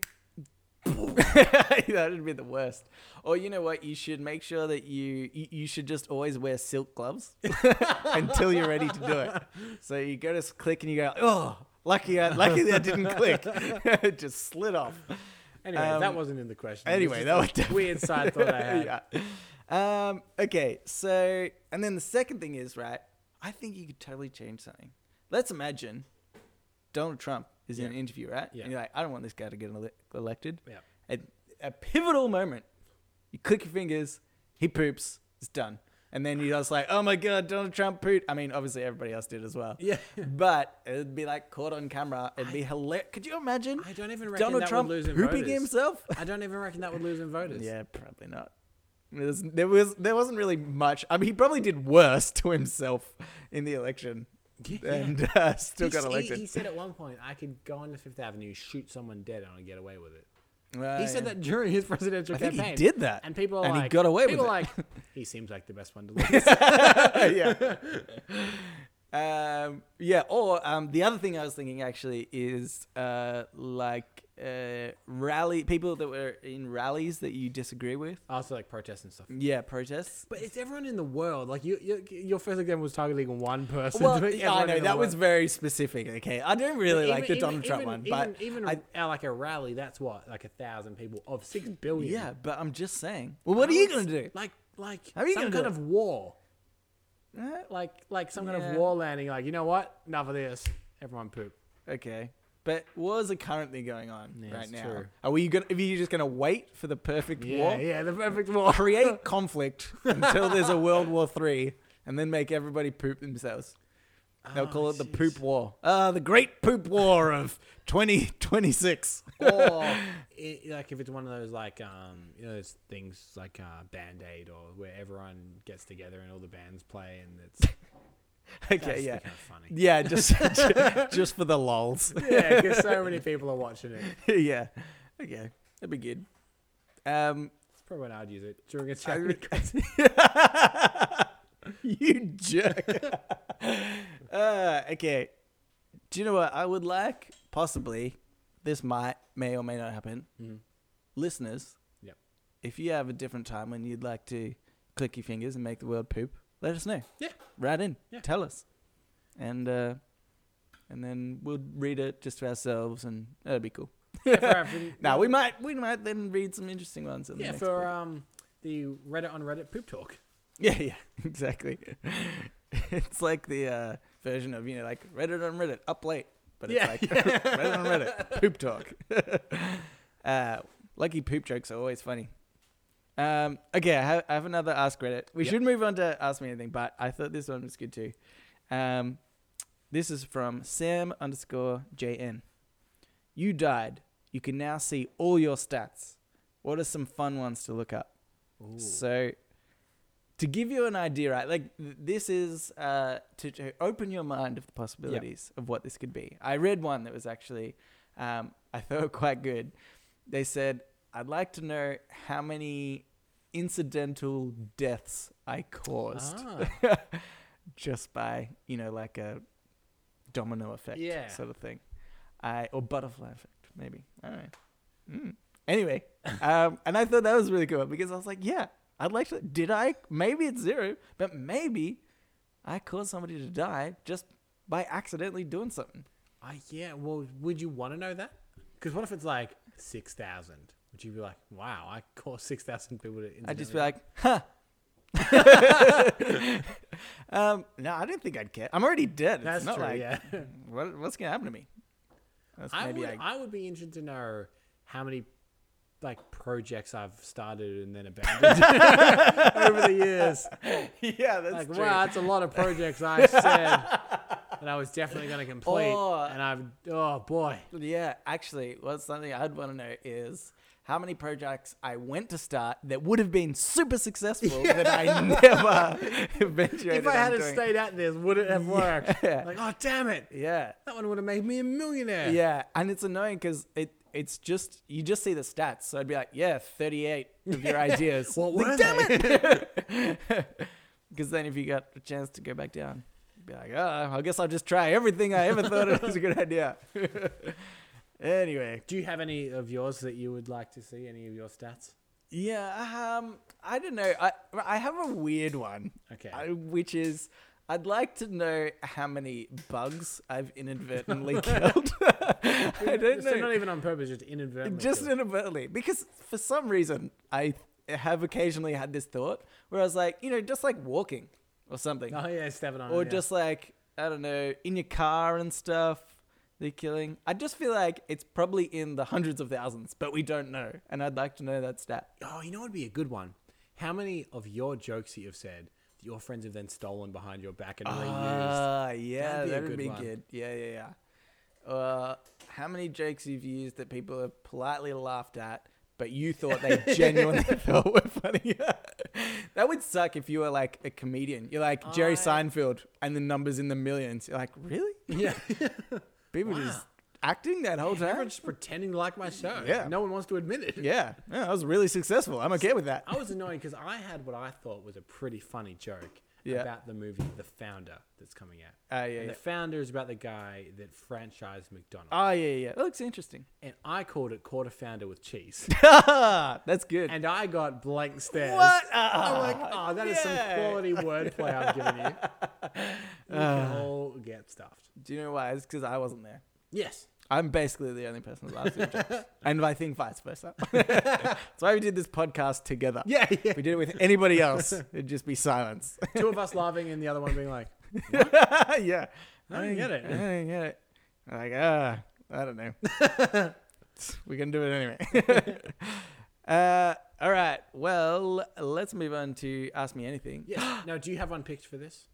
that would be the worst. Or you know what? You should make sure that you you, you should just always wear silk gloves [laughs] until you're ready to do it. So you go to s- click and you go, oh, lucky I lucky that didn't click. [laughs] it just slid off. Anyway, Um, that wasn't in the question. It Anyway, just that a was definitely- weird side [laughs] thought I had. yeah. Um. Okay. So and then the second thing is right. I think you could totally change something. Let's imagine Donald Trump is in Yeah. an interview, right? Yeah. And you're like, I don't want this guy to get ele- elected. Yeah. at a pivotal moment, you click your fingers, he poops, it's done. And then you're just like, oh my God, Donald Trump pooped. I mean, obviously everybody else did as well. Yeah. But it'd be like caught on camera. It'd be hilarious. Could you imagine? I don't even reckon Donald that Trump would lose in pooping voters. himself? [laughs] I don't even reckon that would lose in voters. yeah, probably not. There was, there was there wasn't really much. I mean, he probably did worse [laughs] to himself in the [laughs] election, and uh, still He- got he- elected. He, said at one point, I could go on to Fifth Avenue, shoot someone dead, and I'd get away with it. Right, He said yeah. that during his presidential I think he campaign. did that, and people are and he like, got away with people are it. [laughs] like, he seems like the best one to lose. [laughs] yeah. Um, yeah. Or um, the other thing I was thinking actually is uh, like uh, rally people that were in rallies that you disagree with. also, like protests and stuff. Yeah, protests. But it's everyone in the world. Like you, you your first example was targeting one person. Well, but yeah, I everyone know in the that was world. very specific. Okay, I don't really Even- like the Donald even- Trump even- one, but even, even I- at like a rally, that's what like a thousand people of six billion. yeah, but I'm just saying. Well, what are you gonna do? Like, like How are you some gonna do kind it? of war. Eh, Like, like some kind Yeah. of war landing. Like, you know what? Enough of this. Everyone poop. Okay. But wars are currently going on Yeah, right it's now. true. Are we gonna? Are you just gonna wait for the perfect Yeah, war? yeah, the perfect [laughs] war. [laughs] create conflict until there's a World War Three, and then make everybody poop themselves. They'll Oh, call it the poop war. Uh, the Great Poop War of 2026. or i like if it's one of those like um you know those things like uh, Band Aid or where everyone gets together and all the bands play and [laughs] it's [laughs] okay, yeah, kind of funny. yeah, [laughs] just [laughs] just for the lulz. Yeah, because so many people are watching [laughs] it. yeah, okay, that'd be good. Um, It's probably when I'd use it during a [laughs] I chat. re- [laughs] you jerk. [laughs] uh, okay. Do you know what I would like? Possibly, this might, may or may not happen. Listeners, Mm-hmm. Yep. if you have a different time when you'd like to click your fingers and make the world poop, let us know. Yeah. Write in. Yeah. Tell us. And uh, and then we'll read it just for ourselves, and that'd be cool. [laughs] Yeah, for, Now we might we might then read some interesting ones. In the yeah, next for week. um the Reddit on Reddit poop talk. Yeah, yeah, [laughs] exactly. it's like the uh, version of you know, like Reddit on Reddit, up late, but it's Yeah. [laughs] like Reddit on Reddit, poop talk. [laughs] uh, lucky poop jokes are always funny. Um, okay, I have, I have another Ask Reddit. We Yep. should move on to Ask Me Anything, but I thought this one was good too. Um, this is from Sam underscore JN. You died. You can now see all your stats. What are some fun ones to look up? So, to give you an idea, right? Like th- this is uh, to, to open your mind of the possibilities of what this could be. I read one that was actually um, [laughs] I thought quite good. They said, "I'd like to know how many incidental deaths I caused Ah. just by you know like a domino effect Yeah. sort of thing, I or butterfly effect maybe. I don't know. Mm. [laughs] Anyway, um, and I thought that was really cool because I was like, yeah, I'd like to. Did I? Maybe it's zero, but maybe I caused somebody to die just by accidentally doing something. I yeah. Well, would you want to know that? Because what if it's like six thousand? Would you be like, wow, I caused six thousand people to? I'd just incidentally be like, huh. [laughs] [laughs] um, no, I don't think I'd care. I'm already dead. That's it's not true, like, yeah. what, what's gonna happen to me? That's I maybe would, I- [laughs] I would be interested to know how many like projects I've started and then abandoned [laughs] over the years. yeah, [laughs] that's Like, true. wow, that's a lot of projects [laughs] I said that I was definitely going to complete, Oh. and I've oh boy, Yeah, actually, what's something I'd want to know is how many projects I went to start that would have been super [laughs] successful that I never eventuated. if I on had doing. stayed at this, would it have worked? [laughs] Yeah. Like, oh damn it, yeah, that one would have made me a millionaire. yeah, and it's annoying because it it's just you just see the stats, so I'd be like, yeah, thirty eight of [laughs] your ideas. What Like, [laughs] were damn they? it! Because then if you got a chance to go back down, you'd be like, oh, I guess I'll just try everything I ever thought it was a good idea. [laughs] anyway, Do you have any of yours that you would like to see? Any of your stats? Yeah, um, I don't know. I I have a weird one. Okay. I, which is, I'd like to know how many bugs I've [laughs] inadvertently killed. [laughs] I don't So not know. even on purpose, just inadvertently. Just killed. inadvertently, because for some reason I have occasionally had this thought where I was like, you know, just like walking or something, oh yeah, stab it on. or yeah. just like I don't know, in your car and stuff. The killing. I just feel like it's probably in the hundreds of thousands, but we don't know, and I'd like to know that stat. Oh, you know what'd be a good one? How many of your jokes that you've said that your friends have then stolen behind your back [laughs] and reused? Ah, yeah, That'd be a that would good be one. good. Yeah, yeah, yeah. Uh, how many jokes you've used that [laughs] [laughs] people have politely laughed at, but you thought they genuinely thought were funny? [laughs] That would suck if you were like a comedian. You're like Jerry I- Seinfeld and the numbers in the millions. You're like, really? Yeah. People just acting that whole time? Everyone's just pretending like my show. Yeah. No one wants to admit it. Yeah. Yeah, I was really successful. I'm okay with that. I was annoyed because I had what I thought was a pretty funny joke Yeah. about the movie The Founder that's coming out. Ah, yeah, and yeah. The Founder is about the guy that franchised McDonald's. Oh, yeah, yeah. That looks interesting. and I called it Quarter Founder [laughs] with Cheese. That's good. Uh, and I got blank stares. What? Ah, I'm like, oh, that is yeah." [laughs] some quality wordplay I'm giving you. You Ah. can all get stuffed. Do you know why? It's because I wasn't there. Yes. I'm basically the only person that laughs at your [laughs] jokes. And I think vice versa. [laughs] That's why we did this podcast together. Yeah, yeah. If we did it with anybody else, it'd just be silence. Two of us laughing and the other one being like, [laughs] yeah. I didn't get it. I didn't get it. I'm like, ah, I don't know. [laughs] We're going to do it anyway. [laughs] uh, all right. Well, let's move on to Ask Me Anything. [gasps] yes. Now, do you have one picked for this?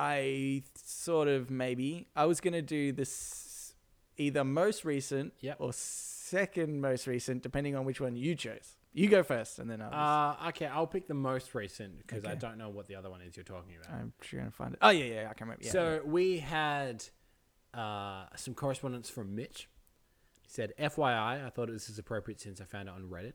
I sort of maybe I was gonna do this either most recent Yep. or second most recent, depending on which one you chose. You go first, and then I'll. just- Uh, okay, I'll pick the most recent because I Okay. don't know what the other one is you're talking about. I'm sure gonna find it. Oh yeah, yeah, I can remember. Yeah, so we had uh, some correspondence from Mitch. He said, FYI, I thought this is appropriate since I found it on Reddit.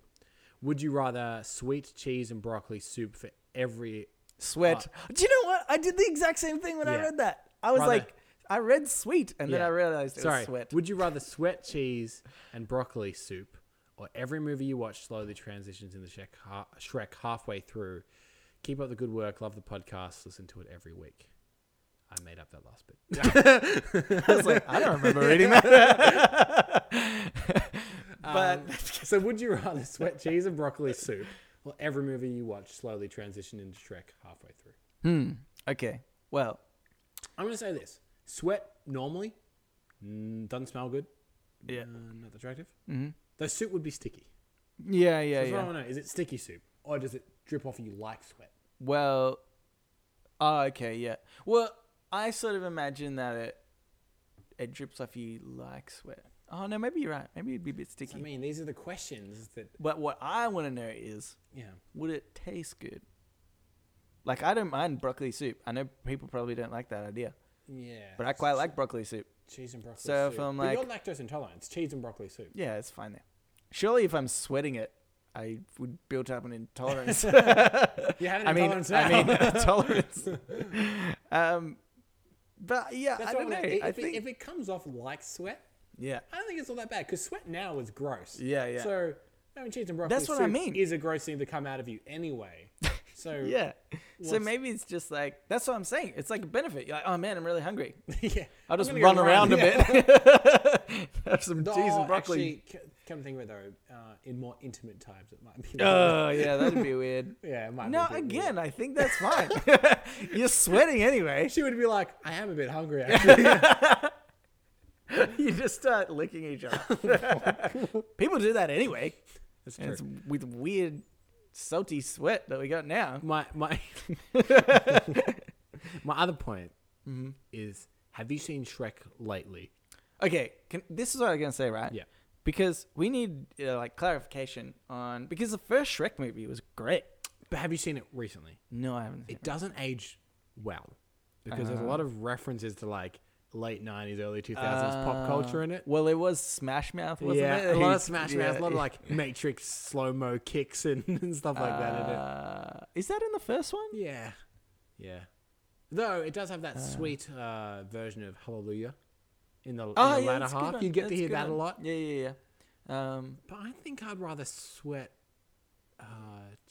Would you rather sweet cheese and broccoli soup for every. yeah. sweat. Do you know what? I did the exact same thing when I uh, Yeah. read that. I was Rather- like, I read sweet, and then Yeah. I realized it Sorry. was sweat. Would you rather sweat cheese and broccoli soup or every movie you watch slowly transitions into Shrek, ha- Shrek halfway through? Keep up the good work. Love the podcast. Listen to it every week. I made up that last bit. [laughs] I was like, I [laughs] don't remember reading that. [laughs] but Um, so would you rather sweat cheese and broccoli soup or every movie you watch slowly transition into Shrek halfway through? okay, well, I'm going to say this. Sweat normally mm, doesn't smell good. yeah, Uh, not that attractive. Mm-hmm. The soup would be sticky. yeah, yeah, That's yeah. what I want to know. Is it sticky soup or does it drip off you like sweat? Well, oh, okay, yeah. Well, I sort of imagine that it it drips off you like sweat. Oh no, maybe you're right. Maybe it'd be a bit I sticky. mean, these are the questions that, but what I want to know is, yeah. would it taste good? Like I don't mind broccoli soup. I know people probably don't like that idea, Yeah. but I quite like broccoli soup. cheese and broccoli so if soup. I'm but you're lactose intolerant. It's cheese and broccoli soup. [laughs] Yeah, it's fine there. Surely, if I'm sweating it, I would build up an [laughs] intolerance. You have an I mean, intolerance I now. [laughs] mean, [laughs] tolerance. um, but yeah, That's I what don't know. wanna- If, I it- think if it comes off like sweat, yeah. I don't think it's all that bad because sweat now is gross. Yeah, yeah. So having cheese and broccoli That's what I soup mean. is a gross thing to come out of you [laughs] anyway. So Yeah. so What's- maybe it's just like that's what I'm saying. It's like a benefit. You're like, oh man, I'm really [laughs] hungry. [laughs] yeah. I'll I'm just gonna go run around a yeah. bit. [laughs] Have some [laughs] cheese Oh, and broccoli. Actually, c- come to think of it though, uh, in more intimate times, it might be. Oh yeah, that'd be weird. [laughs] yeah, it might. No, be a bit again, weird. I think that's [laughs] fine. [laughs] You're sweating anyway. [laughs] she would be like, "I am a bit [laughs] hungry." Actually, You just start licking each [laughs] Oh other. [laughs] People do that anyway. that's And it's with weird salty sweat that we got now. My my [laughs] my other point Mm-hmm. is: Have you seen Shrek lately? Okay, can, this is what I'm gonna say, right? Yeah. Because we need uh, like clarification on because the first Shrek movie was great. But have you seen it recently? No, I haven't. Seen it. it doesn't age well because there's a lot of references to like late 90s early 2000s pop culture in it Uh, Well, it was Smash Mouth, wasn't Uh. yeah it? [laughs] a lot of He's- smash yeah, mouth a lot of yeah. like matrix slow-mo kicks and, [laughs] and stuff like that in it Uh, is that in the first one? yeah yeah though it does have that sweet uh, version of hallelujah in the, in Oh, the yeah, latter that's a good half one. you get That's to hear good that a one. lot Yeah, yeah, yeah. Um, but i think i'd rather sweat uh,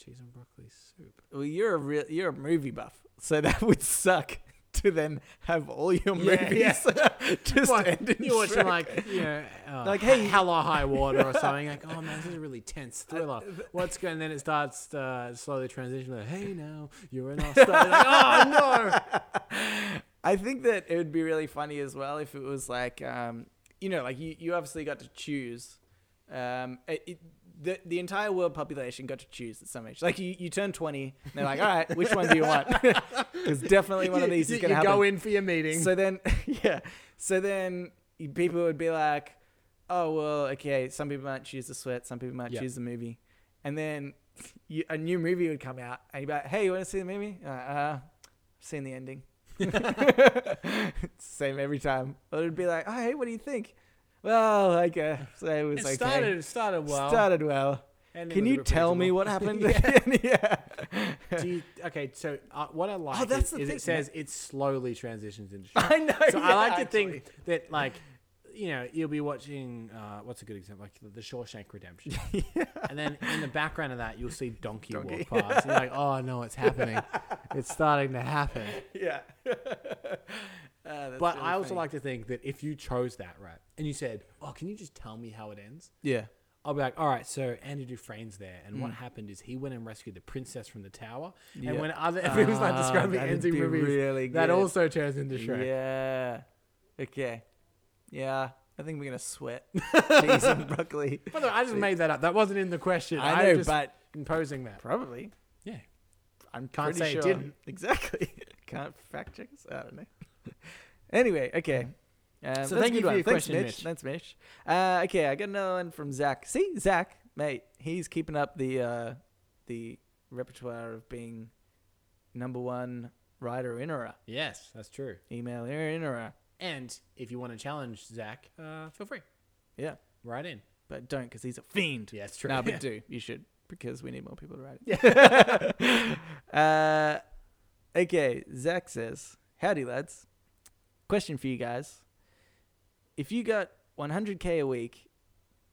cheese and broccoli soup well, you're a real, you're a movie buff, so [laughs] that would suck to then have all your Yeah, movies [laughs] just Well, end in [laughs] you're watching Shrek. like you know, uh, Like, like hey- hey, Hello High Water or something. Like, oh man, this is a [laughs] really tense thriller. What's going? And then it starts uh, slowly transitioning. Like, hey now, [laughs] you're in our star. Like, oh [laughs] no. I think that it would be really funny as well if it was like, um, you know, like you, you obviously got to choose. Um, it, it, the, the entire world population got to choose at some age. Like you, you turn 20, and they're like, all right, which one do you want? [laughs] Because [laughs] definitely one of these you, is going to you happen. go in for your meeting. So then, [laughs] yeah. So then y- people would be like, oh, well, okay, some people might choose the sweat, some people might Yeah. choose the movie. And then [laughs] you, a new movie would come out, and you'd be like, "Hey, you want to see the movie?" Uh, uh I've seen the ending. [laughs] It's the same every time. But it'd be like, "Oh, hey, what do you think?" Well, I guess it was It okay. started. It started well. Started well. ended Can was a you bit tell me predictable. [laughs] what happened? [laughs] Yeah. yeah. Do you- okay, so uh, what I like Oh, that's is, the is thing, it says it slowly [laughs] transitions into. I know. so [laughs] I yeah, like to actually. think that like you know you'll be watching uh, what's a good example like The [laughs] Shawshank Redemption, and then in the background of that you'll see Donkey, Donkey. walk past. and you're like, oh no, it's happening. it's starting [laughs] to happen. [laughs] Yeah. Ah, that's But really I also funny. like to think that if you chose that right and you said, oh, can you just tell me how it ends? Yeah. I'll be like, all right, so Andy Dufresne's there, and Hmm. what happened is he went and rescued the princess from the tower. Yeah. And when [laughs] other everyone's like Ah, describing that'd ending be movies, really that good. also turns into Shrek. Yeah. Okay. Yeah. I think we're gonna [laughs] sweat cheese and broccoli. By the way, I just made that up. That wasn't in the question. I I'm know, just but- imposing that. Probably. Yeah. I'm Can't pretty say sure. it didn't. [laughs] Exactly. Can't fact check us. I don't know. [laughs] anyway, okay. Um, that's a thank you good for one. your Thanks, question, Mitch. Mitch. Thanks, Mitch. Uh, okay, I got another one from Zach. See, Zach, mate, he's keeping up the uh, the repertoire of being number one writer innerer. Yes, that's true. Email innerer. And if you want to challenge Zach, uh, feel free. Yeah, Right in. but don't because he's a fiend. Yeah, it's true. No, [laughs] Yeah. but do you should because we need more people to write it. Yeah. [laughs] uh, okay, Zach says, "Howdy, lads. Question for you guys: If you got 100k a week,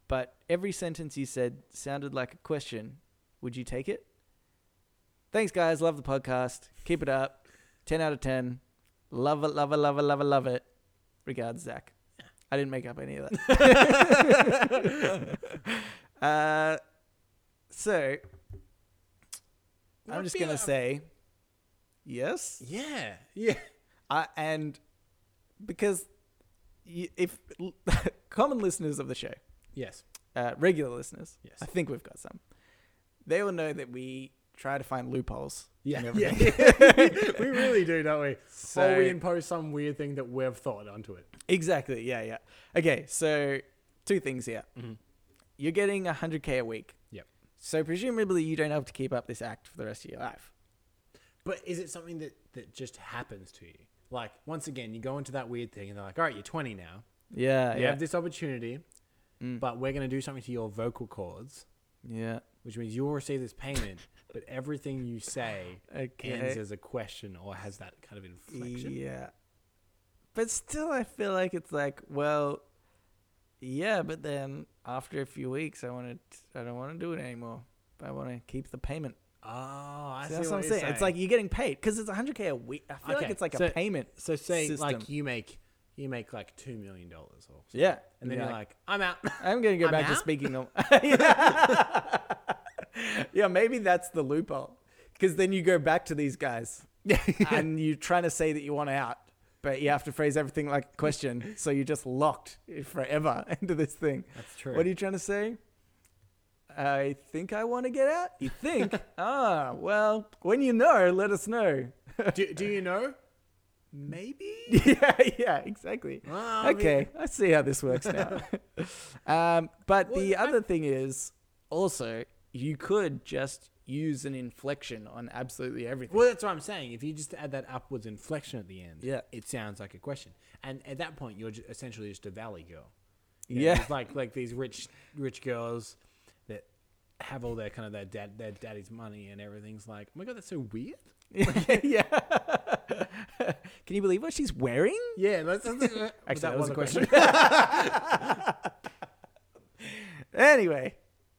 but every sentence you said sounded like a question, would you take it? Thanks, guys. Love the podcast. Keep it up. 10 out of 10. Love it. Love it. Love it. Love it. Love it. Regards, Zach." I didn't make up any of [laughs] that. uh, so I'm Would just be gonna a- say yes. Yeah. Yeah. I and because y- if [laughs] common listeners of the show, Yes. uh, regular listeners, Yes. I think we've got some. They will know that we try to find loopholes. in Yeah. [laughs] everything. [laughs] we really do, don't we? So- or we impose some weird thing that we've thought onto it. Exactly. Yeah, yeah. Okay, so two things here. You're getting 100k a week. Mm-hmm. Yep. So presumably you don't have to keep up this act for the rest of your life. But is it something that, that just happens to you? Like, once again, you go into that weird thing and they're like, all right, you're 20 now. Yeah, Mm. You have this opportunity, but we're going to do something to your vocal cords, yeah. which means you'll receive [laughs] this payment, but everything you say Okay. ends as a question or has that kind of inflection. Yeah. But still, I feel like it's like, well, yeah, but then after a few weeks, I want to, I don't want to do it anymore. I want to keep the payment. Oh, I So see that's what, what I'm you're saying. It's like you're getting paid because it's 100k a week. I feel like Okay, it's like a so- payment. So say system. like you make you make like two million dollars or something, Yeah. and then Yeah. you're like, [laughs] I'm out. [laughs] I'm gonna go I'm back to out? speaking. [laughs] Of, [laughs] yeah. yeah, maybe that's the loophole. Because then you go back to these [laughs] guys, and you're trying to say that you want out, but you have to phrase everything like a question, so you're just locked forever [laughs] into this thing. That's true. What are you trying to say? I think I want to get out. You [laughs] think? ah, well, when you know, let us know. [laughs] do, do you know? Maybe. [laughs] yeah, yeah, exactly. Well, I mean- okay, I see how this works [laughs] now. [laughs] um, but the Well, I- other thing is also you could just use an inflection on absolutely [laughs] everything. Well, that's what I'm saying. If you just add that upwards inflection at the end, Yeah. it sounds like a question. And at that point, you're ju- essentially just a valley girl. You know, yeah, it's like like these rich rich girls that have all their kind of their dad their daddy's money and everything's like, oh my god, that's so weird. [laughs] yeah. [laughs] Can you believe what she's wearing? Yeah, that's, [laughs] actually Actually, that, was a question. [laughs] anyway,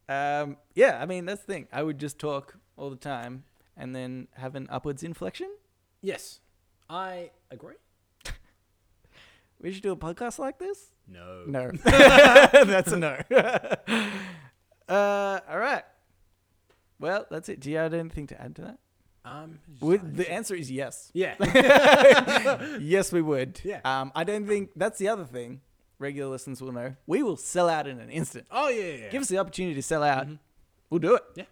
um, yeah, I mean that's the thing. I would just talk all the time and then have an upwards inflection. Yes, I agree. We should do a podcast like this. No. [laughs] No. that's a no. [laughs] uh, all right. Well, that's it. Do you have anything to add to that? Um. Would the answer is [gasps] yes. [laughs] Yeah. Yes, we would. Yeah. Um, I don't think that's the other thing. Regular listeners will know. We will sell out in an instant. oh yeah. yeah, yeah. Give us the opportunity to sell out. We'll do it. Yeah.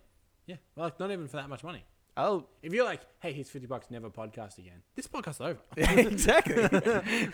Yeah. Well, like, not even for that much money. [laughs] Oh, If you're like, hey, here's fifty bucks, never podcast again. This podcast's over. [laughs] exactly.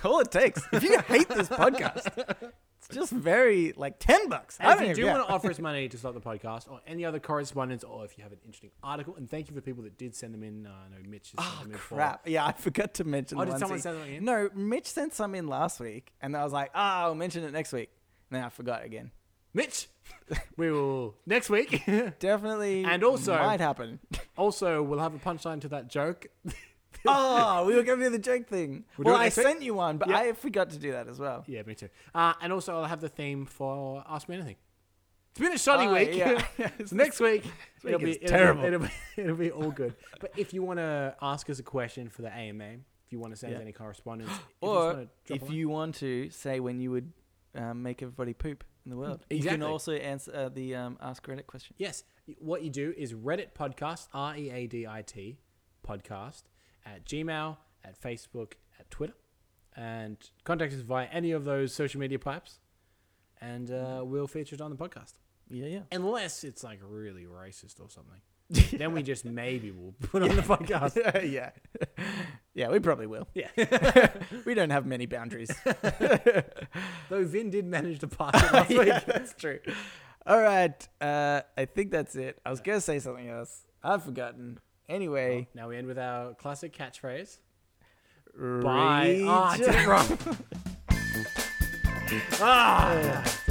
All it takes. If you hate this podcast, It's just very like ten bucks. And I if don't you do even, yeah. want [laughs] to offer us money to start the podcast or any other correspondence, or if you have an interesting article, and thank you for the people that did send them in. Uh, I know Mitch has sent Oh, them in for- crap. Yeah, I forgot to mention. Oh, did one someone thing. send something in? No, Mitch sent some in last week, and I was like, ah, I'll mention it next week. And then I forgot again. Mitch, [laughs] we will next week. [laughs] Definitely, And also- might [laughs] happen. also, we'll have a punchline to that joke. [laughs] oh, we were going to do the joke thing. We'll do well, it I next week? sent you one, but Yeah. I forgot to do that as well. yeah, me too. Uh, and also, I'll have the theme for Ask Me Anything. It's been a shoddy Oh, week. [laughs] yeah. so [laughs] next week, it'll be is it'll be- terrible. It'll be, [laughs] it'll be all good. But if you want to ask us a question for the AMA, if you want to send us Yeah. any correspondence, if you just Or wanna drop a if line- you want to say when you would um, make everybody poop in the world, you can Exactly. also answer uh, the um, ask Reddit question. Yes. What you do is Reddit podcast, R E A D I T podcast, at Gmail, at Facebook, at Twitter, and contact us via any of those social media pipes, and uh, we'll feature it on the podcast. Yeah, yeah. Unless it's like really racist [laughs] or something. then we just maybe will put on the podcast. [laughs] yeah. yeah, we probably will. Yeah. [laughs] We don't have many boundaries. Though Vin did manage to pass it [laughs] last Yeah, week. that's true. All right. Uh, I think that's it. I was going to say something else. I've forgotten. Anyway, Now we end with our classic catchphrase. oh, Bye. Ah, I did it wrong. ah.